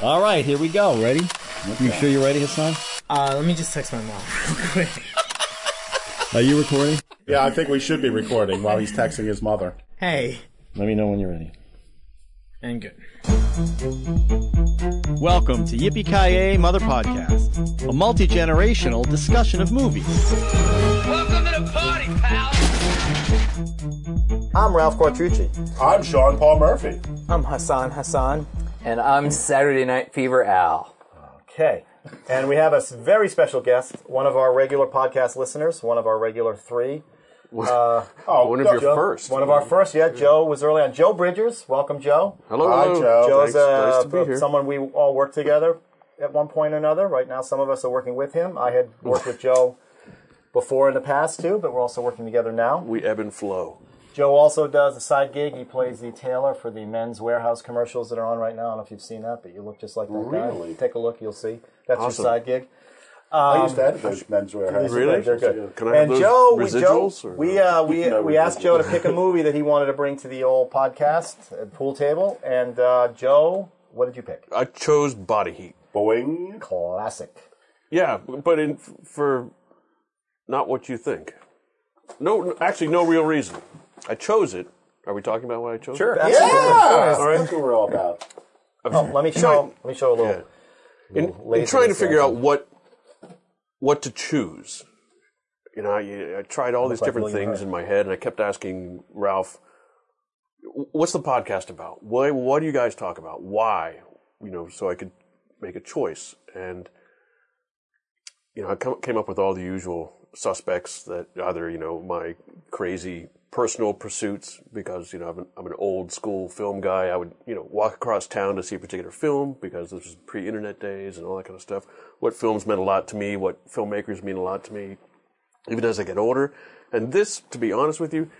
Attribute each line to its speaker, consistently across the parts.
Speaker 1: All right, here we go. Ready? You sure you're ready, Hassan?
Speaker 2: Uh, let me just text my mom real quick.
Speaker 1: Are you recording?
Speaker 3: Yeah, I think we should be recording while he's texting his mother.
Speaker 2: Hey.
Speaker 1: Let me know when you're ready.
Speaker 2: And good.
Speaker 4: Welcome to Yippee Ki Mother Podcast, a multi generational discussion of movies.
Speaker 5: Welcome to the party, pal.
Speaker 6: I'm Ralph Quartucci.
Speaker 3: I'm Sean Paul Murphy.
Speaker 2: I'm Hassan Hassan.
Speaker 7: And I'm Saturday Night Fever Al.
Speaker 6: Okay. And we have a s- very special guest, one of our regular podcast listeners, one of our regular three.
Speaker 3: Oh,
Speaker 8: One of your
Speaker 6: Joe-
Speaker 8: first.
Speaker 6: One of our first, yeah. Joe was early on. Joe Bridgers. Welcome, Joe.
Speaker 8: Hello,
Speaker 3: Hi, Joe.
Speaker 6: Joe's
Speaker 8: Thanks. Nice to be
Speaker 6: uh,
Speaker 8: here.
Speaker 6: someone we all work together at one point or another. Right now, some of us are working with him. I had worked with Joe before in the past, too, but we're also working together now.
Speaker 8: We ebb and flow.
Speaker 6: Joe also does a side gig. He plays the tailor for the men's warehouse commercials that are on right now. I don't know if you've seen that, but you look just like that
Speaker 8: Really?
Speaker 6: guy. Take a look, you'll see. That's
Speaker 8: Awesome.
Speaker 6: your side gig.
Speaker 3: I used to edit those men's warehouse.
Speaker 8: Really?
Speaker 6: They're good.
Speaker 8: Can I have
Speaker 6: and
Speaker 8: those
Speaker 6: Joe, we, Joe,
Speaker 8: residuals? or-
Speaker 6: we uh, we
Speaker 8: No
Speaker 6: we asked
Speaker 8: residuals.
Speaker 6: Joe to pick a movie that he wanted to bring to the old podcast at pool table. And uh, Joe, what did you pick?
Speaker 8: I chose Body Heat.
Speaker 3: Boing.
Speaker 6: Classic.
Speaker 8: Yeah, but in for not what you think. No, actually, no real reason. I chose it. Are we talking about what I chose?
Speaker 7: Sure.
Speaker 6: That's
Speaker 3: Yeah.
Speaker 8: All right.
Speaker 3: That's what we're all about.
Speaker 6: Oh, let me show. Let me show a little.
Speaker 8: In, in
Speaker 6: lazy
Speaker 8: trying to
Speaker 6: this
Speaker 8: figure
Speaker 6: guy.
Speaker 8: out what what to choose, you know, I, I tried all these
Speaker 6: like
Speaker 8: different
Speaker 6: William
Speaker 8: things in my head, and I kept asking Ralph, "What's the podcast about? Why, what do you guys talk about? Why?" You know, so I could make a choice, and you know, I come, came up with all the usual suspects that either you know my crazy personal pursuits because you know I'm an, I'm an old school film guy. I would you know walk across town to see a particular film because this was pre-internet days and all that kind of stuff. What films meant a lot to me, what filmmakers mean a lot to me, even as I get older. And this, to be honest with you,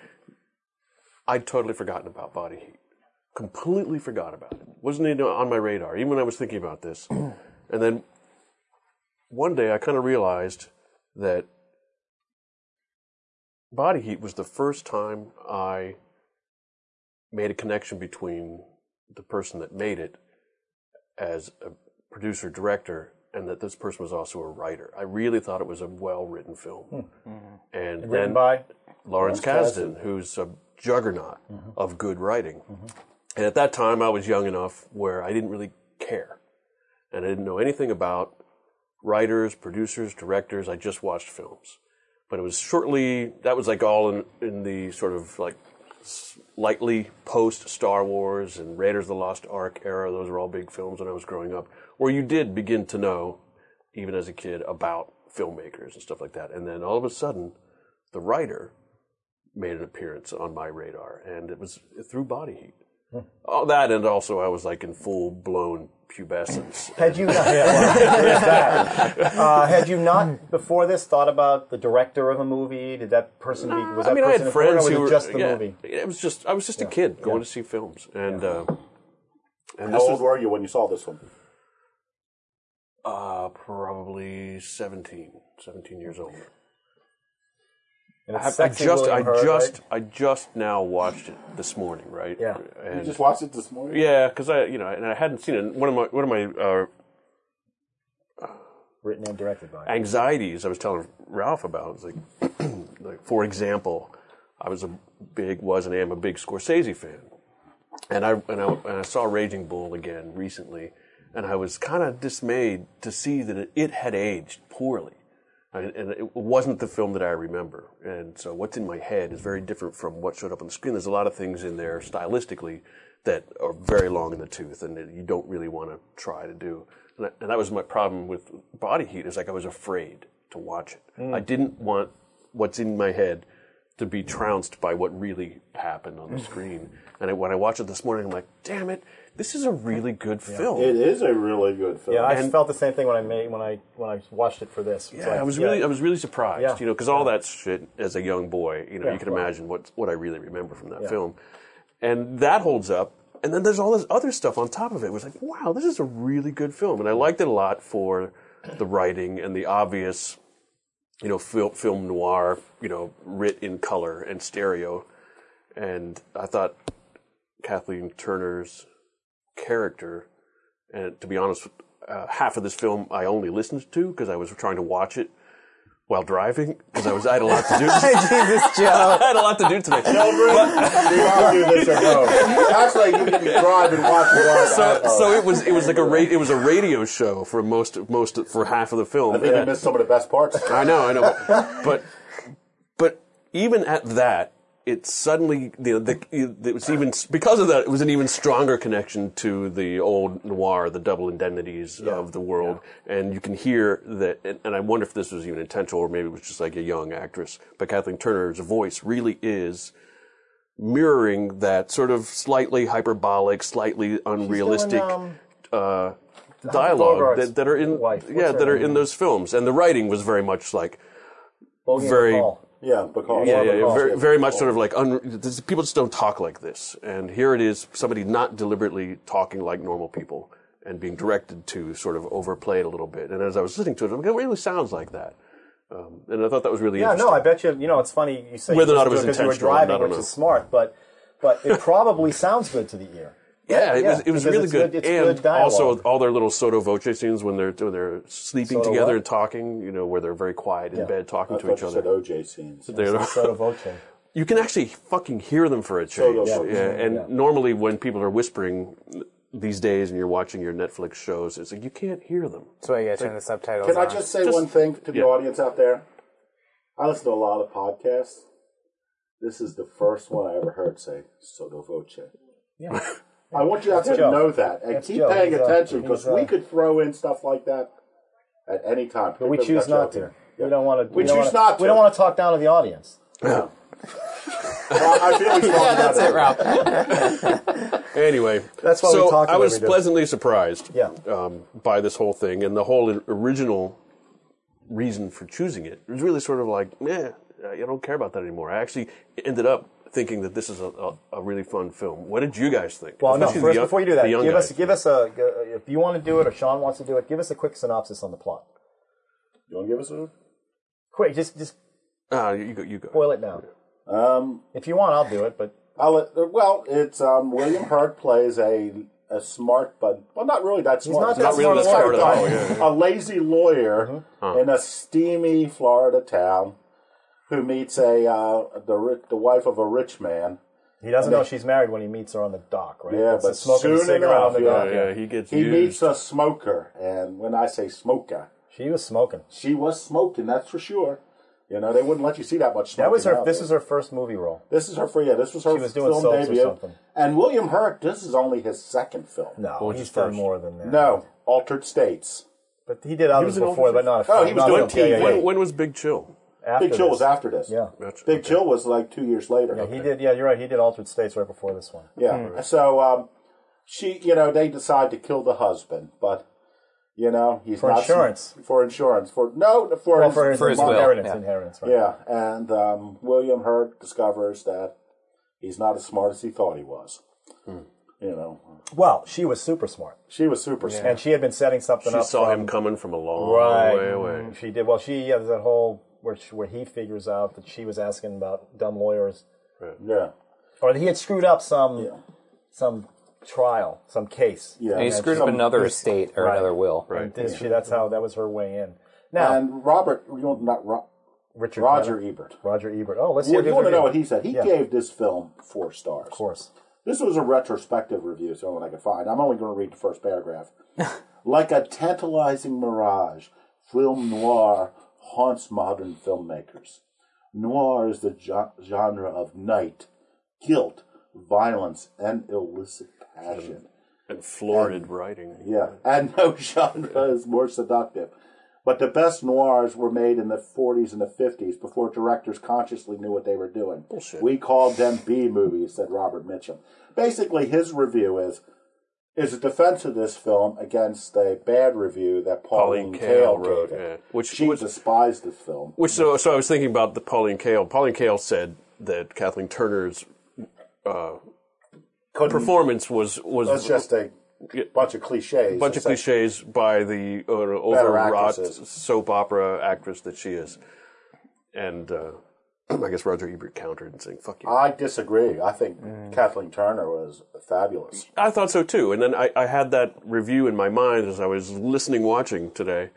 Speaker 8: I'd totally forgotten about Body Heat. Completely forgot about it. Wasn't even on my radar, even when I was thinking about this. and then one day I kind of realized that body heat was the first time I made a connection between the person that made it as a producer director and that this person was also a writer. I really thought it was a well written film. Hmm. And
Speaker 6: Written
Speaker 8: then
Speaker 6: by
Speaker 8: Lawrence Kasdan, Mm-hmm. who's a juggernaut of good writing. And at that time, I was young enough where I didn't really care. And I didn't know anything about writers, producers, directors. I just watched films. But it was shortly, that was like all in, in the sort of like lightly post Star Wars and Raiders of the Lost Ark era. Those were all big films when I was growing up, where you did begin to know, even as a kid, about filmmakers and stuff like that. And then all of a sudden, the writer made an appearance on my radar, and it was through Body Heat.
Speaker 6: Hmm.
Speaker 8: All that, and also I was like in full blown pubescence.
Speaker 6: Had you not, yeah, well, there's that. Uh, had you not before this thought about the director of a movie? Did that person be, was that
Speaker 8: I
Speaker 6: person
Speaker 8: mean, I had
Speaker 6: important,
Speaker 8: friends
Speaker 6: or was
Speaker 8: who
Speaker 6: it
Speaker 8: were
Speaker 6: just the
Speaker 8: yeah,
Speaker 6: movie?
Speaker 8: It was just I was just a kid going to see films, and uh, and
Speaker 3: How
Speaker 8: this
Speaker 3: old
Speaker 8: was
Speaker 3: were you when you saw this one?
Speaker 8: uh, probably 17, 17 years old.
Speaker 6: And it's
Speaker 8: I, I
Speaker 6: sexy
Speaker 8: just I
Speaker 6: William Hurt,
Speaker 8: just
Speaker 6: right?
Speaker 8: I just now watched it this morning, right?
Speaker 6: Yeah.
Speaker 3: You
Speaker 8: and
Speaker 3: just watched it this morning.
Speaker 8: yeah, because I you know and I hadn't seen it. One of my one of my uh,
Speaker 6: written and directed by.
Speaker 8: anxieties I was telling Ralph about. It's like, like for example, I was a big was and am a big Scorsese fan, and I and I, and I saw Raging Bull again recently, and I was kind of dismayed to see that it, it had aged poorly. I, and it wasn't the film that I remember. And so what's in my head is very different from what showed up on the screen. There's a lot of things in there stylistically that are very long in the tooth and that you don't really want to try to do. And that, and that was my problem with Body Heat is like I was afraid to watch it. I didn't want what's in my head to be trounced by what really happened on the screen. And I, when I watched it this morning, I'm like, damn it, this is a really good film.
Speaker 3: It is a really good film.
Speaker 6: Yeah, I
Speaker 8: And-
Speaker 6: felt the same thing when I made when I when I watched it for this. It's
Speaker 8: Yeah,
Speaker 6: like,
Speaker 8: I was
Speaker 6: yeah.
Speaker 8: really, I was really surprised,
Speaker 6: Yeah.
Speaker 8: you know, because all that shit as a young boy, you know,
Speaker 6: Yeah,
Speaker 8: you can
Speaker 6: well.
Speaker 8: imagine what what I really remember from that film, and that holds up. And then there's all this other stuff on top of it. It was like, wow, this is a really good film, and I liked it a lot for the writing and the obvious, you know, film, film noir, you know, writ in color and stereo, and I thought Kathleen Turner's character And to be honest, uh, half of this film I only listened to because I was trying to watch it while driving because I was I had a lot to do. I
Speaker 7: Jesus, Joe.
Speaker 8: had a lot to do today.
Speaker 3: We all do this at home. That's like you can drive and watch it on
Speaker 8: so,
Speaker 3: the iPhone.
Speaker 8: so it was it was like a ra- it was a radio show for most most for half of the film.
Speaker 3: I think you missed some of the best parts.
Speaker 8: I know, I know, but but, but even at that, it suddenly the, the it was even because of that it was an even stronger connection to the old noir, the double indemnities of the world, and you can hear that. And, and I wonder if this was even intentional, or maybe it was just like a young actress. But Kathleen Turner's voice really is. Mirroring that sort of slightly hyperbolic, slightly unrealistic
Speaker 6: um,
Speaker 8: uh, dialogue
Speaker 6: Bogart's
Speaker 8: that, that are in
Speaker 6: wife. What's
Speaker 8: yeah
Speaker 6: her
Speaker 8: that are
Speaker 6: name?
Speaker 8: in those films, and the writing was very much like
Speaker 6: Bogey and
Speaker 8: very-
Speaker 6: McCall.
Speaker 3: Yeah, because
Speaker 8: yeah, yeah,
Speaker 3: because-
Speaker 8: very, very much sort of like un, this, people just don't talk like this. And here it is, somebody not deliberately talking like normal people and being directed to sort of overplay it a little bit. And as I was listening to it, I'm like, it really sounds like that. Um, and I thought that was really
Speaker 6: Yeah,
Speaker 8: interesting.
Speaker 6: no, I bet you. You know, it's funny you say
Speaker 8: Whether or not it was
Speaker 6: because you were
Speaker 8: intentional or not, I
Speaker 6: driving,
Speaker 8: don't
Speaker 6: which is
Speaker 8: know.
Speaker 6: smart, but but it probably sounds good to the ear.
Speaker 8: Yeah, it
Speaker 6: Yeah,
Speaker 8: was it
Speaker 6: because
Speaker 8: was really
Speaker 6: it's
Speaker 8: good,
Speaker 6: good- it's
Speaker 8: and
Speaker 6: good dialogue.
Speaker 8: also all their little sotto voce scenes when they're when they're sleeping
Speaker 6: Sotto
Speaker 8: together
Speaker 6: what?
Speaker 8: and talking, you know, where they're very quiet in
Speaker 6: Yeah.
Speaker 8: bed talking
Speaker 3: I
Speaker 8: to
Speaker 3: thought
Speaker 8: each
Speaker 3: you said
Speaker 8: other.
Speaker 3: OJ scenes.
Speaker 8: They're-
Speaker 6: Sotto voce.
Speaker 8: you can actually fucking hear them for a change.
Speaker 3: those-
Speaker 8: yeah, and normally when people are whispering these days, and you're watching your Netflix shows, it's like you can't hear them.
Speaker 2: That's why you gotta turn the subtitles
Speaker 3: Can I
Speaker 2: on.
Speaker 3: just say one thing to the
Speaker 8: yeah.
Speaker 3: audience out there? I listen to a lot of podcasts. This is the first one I ever heard say "sotto voce." Yeah. I want you out there
Speaker 6: Joe.
Speaker 3: to know that and
Speaker 6: That's
Speaker 3: keep
Speaker 6: Joe.
Speaker 3: paying
Speaker 6: He's a-
Speaker 3: attention because
Speaker 6: he's uh, a-
Speaker 3: we could throw in stuff like that at any time.
Speaker 6: But we choose not to. We don't want to.
Speaker 3: We choose not to.
Speaker 6: We don't want to talk down to the audience.
Speaker 3: I feel we yeah,
Speaker 7: That's it, Ralph.
Speaker 8: Anyway,
Speaker 6: That's why we
Speaker 8: so
Speaker 6: talk the
Speaker 8: I
Speaker 6: way
Speaker 8: was
Speaker 6: we do.
Speaker 8: pleasantly surprised.
Speaker 6: Yeah.
Speaker 8: um, by this whole thing and the whole i- original reason for choosing it. It was really sort of like, meh, I don't care about that anymore. I actually ended up thinking that this is a, a, a really fun film. What did you guys think?
Speaker 3: Oh,
Speaker 6: Well, no.
Speaker 8: Especially the
Speaker 6: First,
Speaker 8: young-
Speaker 6: before you do that,
Speaker 8: the young
Speaker 6: give us
Speaker 8: guys.
Speaker 6: give us a if you want to do it or Sean wants to do it, give us a quick synopsis on the plot.
Speaker 3: You want to give us one?
Speaker 6: Quick, just just
Speaker 8: Ah, you go. You go.
Speaker 6: boil it down.
Speaker 3: Um,
Speaker 6: If you want, I'll do it. But
Speaker 3: I'll let- uh, well, it's um, William Hurt plays a a smart but well, not really that smart.
Speaker 6: not that Oh, Not
Speaker 8: really smart that smart at all.
Speaker 3: lawyer, but A lazy lawyer in a steamy Florida town who meets a uh, the ri- the wife of a rich man.
Speaker 6: he doesn't know she's married when he meets her on the dock, right?
Speaker 3: Yeah,
Speaker 6: That's
Speaker 3: but
Speaker 6: the smoking a
Speaker 3: soon
Speaker 6: cigarette
Speaker 3: enough,
Speaker 6: on the
Speaker 3: yeah.
Speaker 6: dock.
Speaker 8: yeah, he gets
Speaker 3: He
Speaker 8: used.
Speaker 3: meets a smoker, and when I say smoker,
Speaker 6: She was smoking.
Speaker 3: she was smoking. That's for sure. You know, they wouldn't let you see that much smoking.
Speaker 6: That was her.
Speaker 3: out
Speaker 6: This
Speaker 3: there.
Speaker 6: is her first movie role.
Speaker 3: This is her free. Yeah, this was her
Speaker 6: She was doing
Speaker 3: film
Speaker 6: soaps or
Speaker 3: debut.
Speaker 6: something.
Speaker 3: And William Hurt, this is only his second film.
Speaker 6: No,
Speaker 8: was
Speaker 6: he's
Speaker 8: his
Speaker 6: done
Speaker 8: first?
Speaker 6: more than that.
Speaker 3: No, Altered States.
Speaker 6: but he did others
Speaker 8: was in
Speaker 6: before,
Speaker 8: Old
Speaker 6: but not a.
Speaker 3: Oh, he was
Speaker 6: not a-
Speaker 3: doing
Speaker 6: yeah, yeah, yeah.
Speaker 3: TV.
Speaker 8: When, when was Big Chill?
Speaker 6: After
Speaker 3: Big Chill
Speaker 6: this.
Speaker 3: was after this.
Speaker 6: Yeah.
Speaker 8: Gotcha.
Speaker 3: Big Chill was like two years later.
Speaker 6: Yeah, he did. Yeah, you're right. He did Altered States right before this one.
Speaker 3: Yeah. So um, she, you know, they decide to kill the husband, but you know he's
Speaker 6: For
Speaker 3: not
Speaker 6: insurance.
Speaker 3: for insurance for no for
Speaker 6: Well,
Speaker 3: his-
Speaker 6: for his,
Speaker 7: For his will,
Speaker 6: inheritance,
Speaker 7: yeah.
Speaker 6: inheritance, right?
Speaker 3: yeah. And um, William Hurt discovers that he's not as smart as he thought he was.
Speaker 6: Hmm.
Speaker 3: You know,
Speaker 6: Well, she was super smart,
Speaker 3: she was super smart.
Speaker 6: and she had been setting something
Speaker 8: She
Speaker 6: up.
Speaker 8: saw
Speaker 6: from-
Speaker 8: him coming from a long
Speaker 6: right
Speaker 8: way away.
Speaker 6: She did. Well, she yeah, there's that whole where she, where he figures out that she was asking about dumb lawyers,
Speaker 3: Yeah,
Speaker 6: or that he had screwed up some
Speaker 3: Yeah.
Speaker 6: some trial, some case.
Speaker 3: yeah.
Speaker 7: He screwed up another estate or another will.
Speaker 8: Right.
Speaker 6: Did she, that's how that was her way in. Now,
Speaker 3: And Robert, you know, not Ro-
Speaker 6: Richard
Speaker 3: Roger
Speaker 6: Ebert.
Speaker 3: Ebert.
Speaker 6: Roger Ebert. Oh, let's see.
Speaker 3: Well, you want to know what
Speaker 6: Of
Speaker 3: he said? He
Speaker 6: Yeah.
Speaker 3: gave this film four stars. Of
Speaker 6: course.
Speaker 3: This was a retrospective review, so one I could find. I'm only going to read the first paragraph. like a tantalizing mirage, film noir haunts modern filmmakers. Noir is the jo- genre of night, guilt, violence, and illicit passion.
Speaker 8: And florid writing.
Speaker 3: Yeah, and no genre is more seductive. But the best noirs were made in the 40s and the 50s before directors consciously knew what they were doing. We called them B movies, said Robert Mitchum. Basically, his review is is a defense of this film against a bad review that Pauline,
Speaker 8: Pauline
Speaker 3: Kael,
Speaker 8: Kael wrote,
Speaker 3: gave it.
Speaker 8: yeah. Which
Speaker 3: she
Speaker 8: was-
Speaker 3: despised this film.
Speaker 8: Which so, so I was thinking about the Pauline Kael. Pauline Kael said that Kathleen Turner's uh,
Speaker 3: Couldn't,
Speaker 8: performance was was
Speaker 3: That's just a bunch of cliches.
Speaker 8: bunch of cliches by the uh,
Speaker 3: Better
Speaker 8: overwrought
Speaker 3: actresses.
Speaker 8: soap opera actress that she is, and uh, I guess Roger Ebert countered and saying, fuck you.
Speaker 3: I disagree. I think Kathleen Turner was fabulous.
Speaker 8: I thought so too. And then I, I had that review in my mind as I was listening, watching today,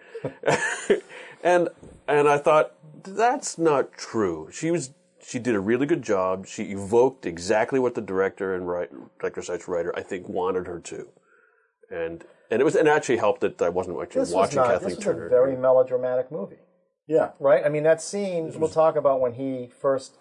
Speaker 8: and and I thought that's not true. She was she did a really good job. She evoked exactly what the director and write, director slash writer I think wanted her to, and and it was and it actually helped that I wasn't actually
Speaker 6: This was
Speaker 8: watching
Speaker 6: not.
Speaker 8: Kathleen
Speaker 6: this was
Speaker 8: Turner.
Speaker 6: a very melodramatic movie,
Speaker 3: Yeah.
Speaker 6: right? I mean, that scene we'll talk about when he first.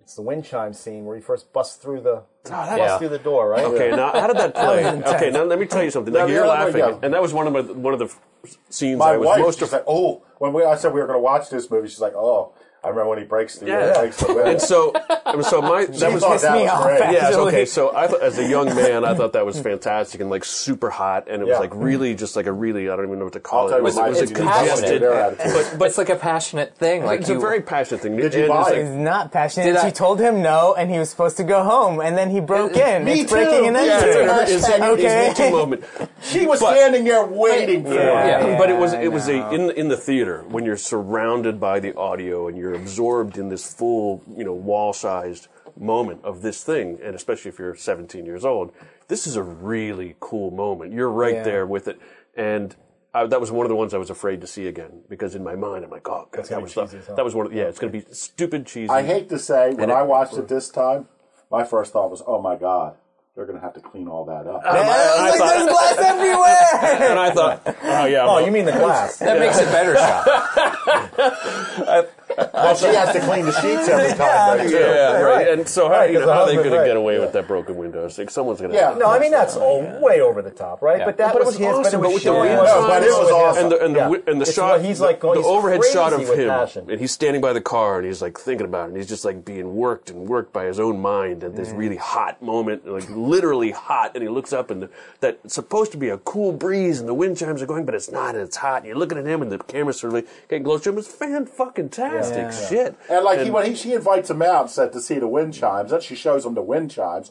Speaker 6: It's the wind chime scene where he first busts through the busts
Speaker 8: yeah.
Speaker 6: through the door, right?
Speaker 8: Ah, Okay, now how did that play? okay, now let me tell you something. Like,
Speaker 3: No,
Speaker 8: you're
Speaker 3: no, no,
Speaker 8: laughing,
Speaker 3: yeah.
Speaker 8: and that was one of my, one of the f- scenes
Speaker 3: My
Speaker 8: I was
Speaker 3: wife
Speaker 8: most
Speaker 3: just like, oh, when we, I said we were going to watch this movie, she's like, oh, I remember when he breaks the, yeah. breaks the window.
Speaker 8: And so, and so my that was
Speaker 3: thought
Speaker 8: my
Speaker 3: that was great.
Speaker 8: Yeah, okay. So I thought, as a young man, I thought that was fantastic and like super hot, and it
Speaker 3: Yeah.
Speaker 8: was like really just like a really I don't even know what to
Speaker 3: I'll
Speaker 8: call it.
Speaker 3: tell
Speaker 8: It
Speaker 3: you,
Speaker 8: was,
Speaker 3: my
Speaker 8: it was a
Speaker 3: kids dominated
Speaker 8: congested,
Speaker 3: their attitude.
Speaker 7: But, it's like a passionate thing. Like
Speaker 8: it's
Speaker 7: you,
Speaker 8: a very passionate thing.
Speaker 3: Did you
Speaker 8: And it's
Speaker 3: buy it?
Speaker 2: It's not passionate.
Speaker 7: Did I-
Speaker 2: she told him no, and he was supposed to go home, and then he broke in.
Speaker 3: me
Speaker 2: it's breaking and
Speaker 3: too. Yeah,
Speaker 8: yeah,
Speaker 2: entering.
Speaker 8: it's, it's, it's,
Speaker 2: okay.
Speaker 8: it's Me Too moment.
Speaker 3: she was
Speaker 8: but-
Speaker 3: standing there waiting for
Speaker 7: Yeah.
Speaker 3: him.
Speaker 7: Yeah.
Speaker 8: but it was it was a in in the theater when you're surrounded by the audio and you're absorbed in this full you know wall sized moment of this thing, and especially if you're 17 years old, this is a really cool moment. You're right there with it, and. I, that was one of the ones I was afraid to see again because in my mind I'm like, oh, God, that was the, that was one of the, yeah, it's going to be stupid cheesy.
Speaker 3: I hate to say, when
Speaker 8: it-
Speaker 3: I watched it this time, my first thought was, oh my God, they're going to have to clean all that up.
Speaker 8: I
Speaker 2: Like, there's
Speaker 8: thought,
Speaker 2: glass everywhere.
Speaker 8: and I thought, oh yeah,
Speaker 6: Oh, you mean the glass?
Speaker 7: that makes it better shot.
Speaker 3: Well, she has to clean the sheets every time, though, too.
Speaker 8: yeah, right. And so how,
Speaker 6: Right,
Speaker 8: you know,
Speaker 6: 'cause the
Speaker 8: how are they
Speaker 6: husband-
Speaker 8: going to
Speaker 6: right.
Speaker 8: get away with that broken window? It's like someone's going to.
Speaker 3: Yeah.
Speaker 6: No, I mean that's all way over the top, right? But that
Speaker 8: But it
Speaker 6: was
Speaker 8: was
Speaker 6: his.
Speaker 8: awesome,
Speaker 6: but it
Speaker 8: but
Speaker 6: was
Speaker 8: with the
Speaker 6: showing
Speaker 8: wind
Speaker 6: what
Speaker 3: No,
Speaker 6: was
Speaker 3: but it
Speaker 6: happening
Speaker 3: was
Speaker 6: with him.
Speaker 3: awesome.
Speaker 8: and the and the,
Speaker 6: Yeah.
Speaker 8: wi- and the
Speaker 6: It's
Speaker 8: shot
Speaker 6: what he's like going,
Speaker 8: the
Speaker 6: he's
Speaker 8: overhead
Speaker 6: crazy
Speaker 8: shot of
Speaker 6: with
Speaker 8: him
Speaker 6: passion.
Speaker 8: and he's standing by the car and he's like thinking about it and he's just like being worked and worked by his own mind at this really hot moment like literally hot and he looks up and the, that it's supposed to be a cool breeze and the wind chimes are going but it's not and it's hot and you're looking at him and the camera's sort of like getting close to him it's fan fucking tastic shit
Speaker 3: And like he, when he, she invites him out, said to see the wind chimes. Then she shows him the wind chimes.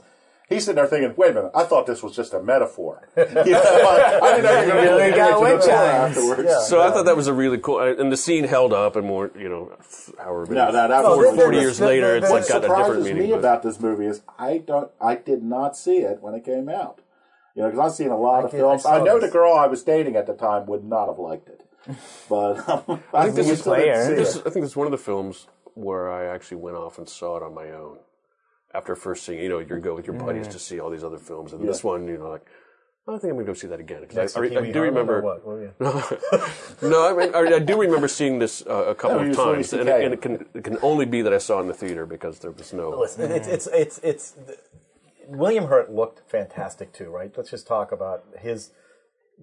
Speaker 3: He's sitting there thinking, "Wait a minute! I thought this was just a metaphor. You know, like, I didn't know you were going
Speaker 2: got
Speaker 3: to lead me to
Speaker 2: wind
Speaker 3: the door
Speaker 2: chimes.
Speaker 3: afterwards."
Speaker 8: so I thought that was a really cool, and the scene held up, and more, you know, however many,
Speaker 3: No, no, that
Speaker 8: forty,
Speaker 3: was-
Speaker 8: 40 years
Speaker 6: the- the-
Speaker 8: later, it's
Speaker 6: the-
Speaker 8: like
Speaker 3: what
Speaker 8: got a different
Speaker 3: surprises
Speaker 8: meaning.
Speaker 3: me
Speaker 8: but-
Speaker 3: about this movie is I don't, I did not see it when it came out. You know, because I've seen a lot of
Speaker 2: did- I
Speaker 3: films.
Speaker 2: saw
Speaker 3: I, know
Speaker 2: this.
Speaker 3: the girl I was dating at the time would not have liked it, but um, I, think
Speaker 8: this
Speaker 3: we
Speaker 8: is
Speaker 3: still didn't
Speaker 2: clear.
Speaker 3: see
Speaker 8: This,
Speaker 3: it.
Speaker 8: I think it's one of the films where I actually went off and saw it on my own after first seeing. You know, you go with your buddies to see all these other films, and this one, you know, like "Oh, I think I'm gonna go see that again because I, I, I do remember.
Speaker 6: What? What were you-
Speaker 8: no, I, mean, I, I do remember seeing this uh, a couple
Speaker 3: No, you
Speaker 8: of
Speaker 3: saw it
Speaker 8: times,
Speaker 3: in
Speaker 8: and,
Speaker 3: CK.
Speaker 8: it, and it, can, it can only be that I saw it in the theater because there was no.
Speaker 6: Listen, it's it's it's it's th- William Hurt looked fantastic too, right? Let's just talk about his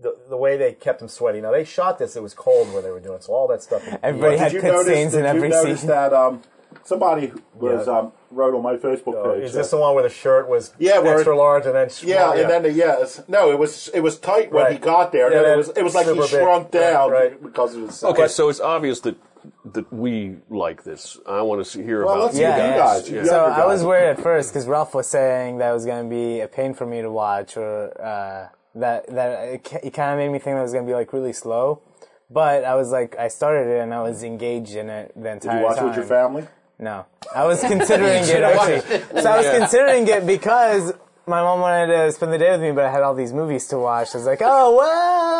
Speaker 6: the the way they kept him sweaty. Now they shot this; it was cold where they were doing it, so all that stuff.
Speaker 2: Everybody had
Speaker 3: Did you
Speaker 2: pit
Speaker 3: notice,
Speaker 2: scenes
Speaker 3: did
Speaker 2: in
Speaker 3: you
Speaker 2: every
Speaker 3: notice
Speaker 2: scene.
Speaker 3: that um, somebody was
Speaker 6: Yeah.
Speaker 3: um, wrote on my Facebook
Speaker 6: Uh,
Speaker 3: page?
Speaker 6: Is
Speaker 3: that-
Speaker 6: this the one where the shirt was
Speaker 3: Yeah, where-
Speaker 6: extra large and then small?
Speaker 3: Yeah, and then the yes, no, it was it was tight when
Speaker 6: Right.
Speaker 3: he got there,
Speaker 6: Yeah,
Speaker 3: and
Speaker 6: that
Speaker 3: it was it was like he
Speaker 6: super big.
Speaker 3: shrunk
Speaker 6: Right,
Speaker 3: down
Speaker 6: right.
Speaker 3: because of his size.
Speaker 8: Okay, so it's obvious that that we like this. I want to see, hear
Speaker 3: Well,
Speaker 8: about
Speaker 3: let's
Speaker 8: you
Speaker 3: hear
Speaker 2: you
Speaker 8: guys.
Speaker 3: guys. You
Speaker 2: So
Speaker 3: guys.
Speaker 2: I was worried at first because Ralph was saying that was going to be a pain for me to watch, or uh, that that it, ki- it kind of made me think that it was going to be like really slow. But I was like, I started it and I was engaged in it the entire
Speaker 3: Did you watch it
Speaker 2: time.
Speaker 3: with your family?
Speaker 2: No, I was considering it actually. So I was considering it because my mom wanted to spend the day with me, but I had all these movies to watch. I was like, oh well.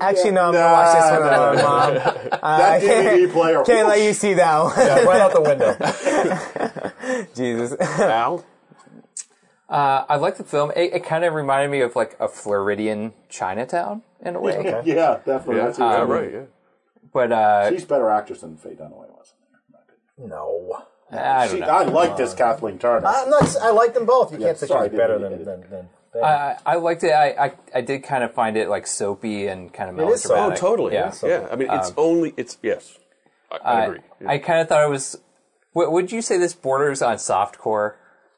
Speaker 2: Actually, no, I'm gonna watch this one
Speaker 3: Nah,
Speaker 2: alone, mom.
Speaker 3: That DVD player.
Speaker 2: Can't let you see that one.
Speaker 6: right out the window.
Speaker 2: Jesus.
Speaker 8: Al?
Speaker 7: Uh, I like the film. It, it kind of reminded me of like a Floridian Chinatown in a way.
Speaker 3: Yeah, definitely.
Speaker 8: Yeah, Uh,
Speaker 3: That's what I mean.
Speaker 8: right. Yeah.
Speaker 7: But uh,
Speaker 3: She's a better actress than Faye Dunaway was.
Speaker 6: No,
Speaker 7: I don't
Speaker 3: She,
Speaker 7: know.
Speaker 3: I like this Kathleen Turner.
Speaker 6: I'm not. s- Uh, I like them both. You can't say
Speaker 3: sorry,
Speaker 6: she's better
Speaker 3: didn't mean
Speaker 6: than
Speaker 3: to
Speaker 6: than than.
Speaker 7: I, I liked it. I, I I did kind of find it like soapy and kind of
Speaker 6: is soap.
Speaker 7: melodramatic.
Speaker 8: Oh, totally.
Speaker 7: Yeah.
Speaker 8: Yeah. Yeah. I mean, it's only it's yes. I, I agree. Yeah.
Speaker 7: I kind of thought it was. W- would you say this borders on softcore?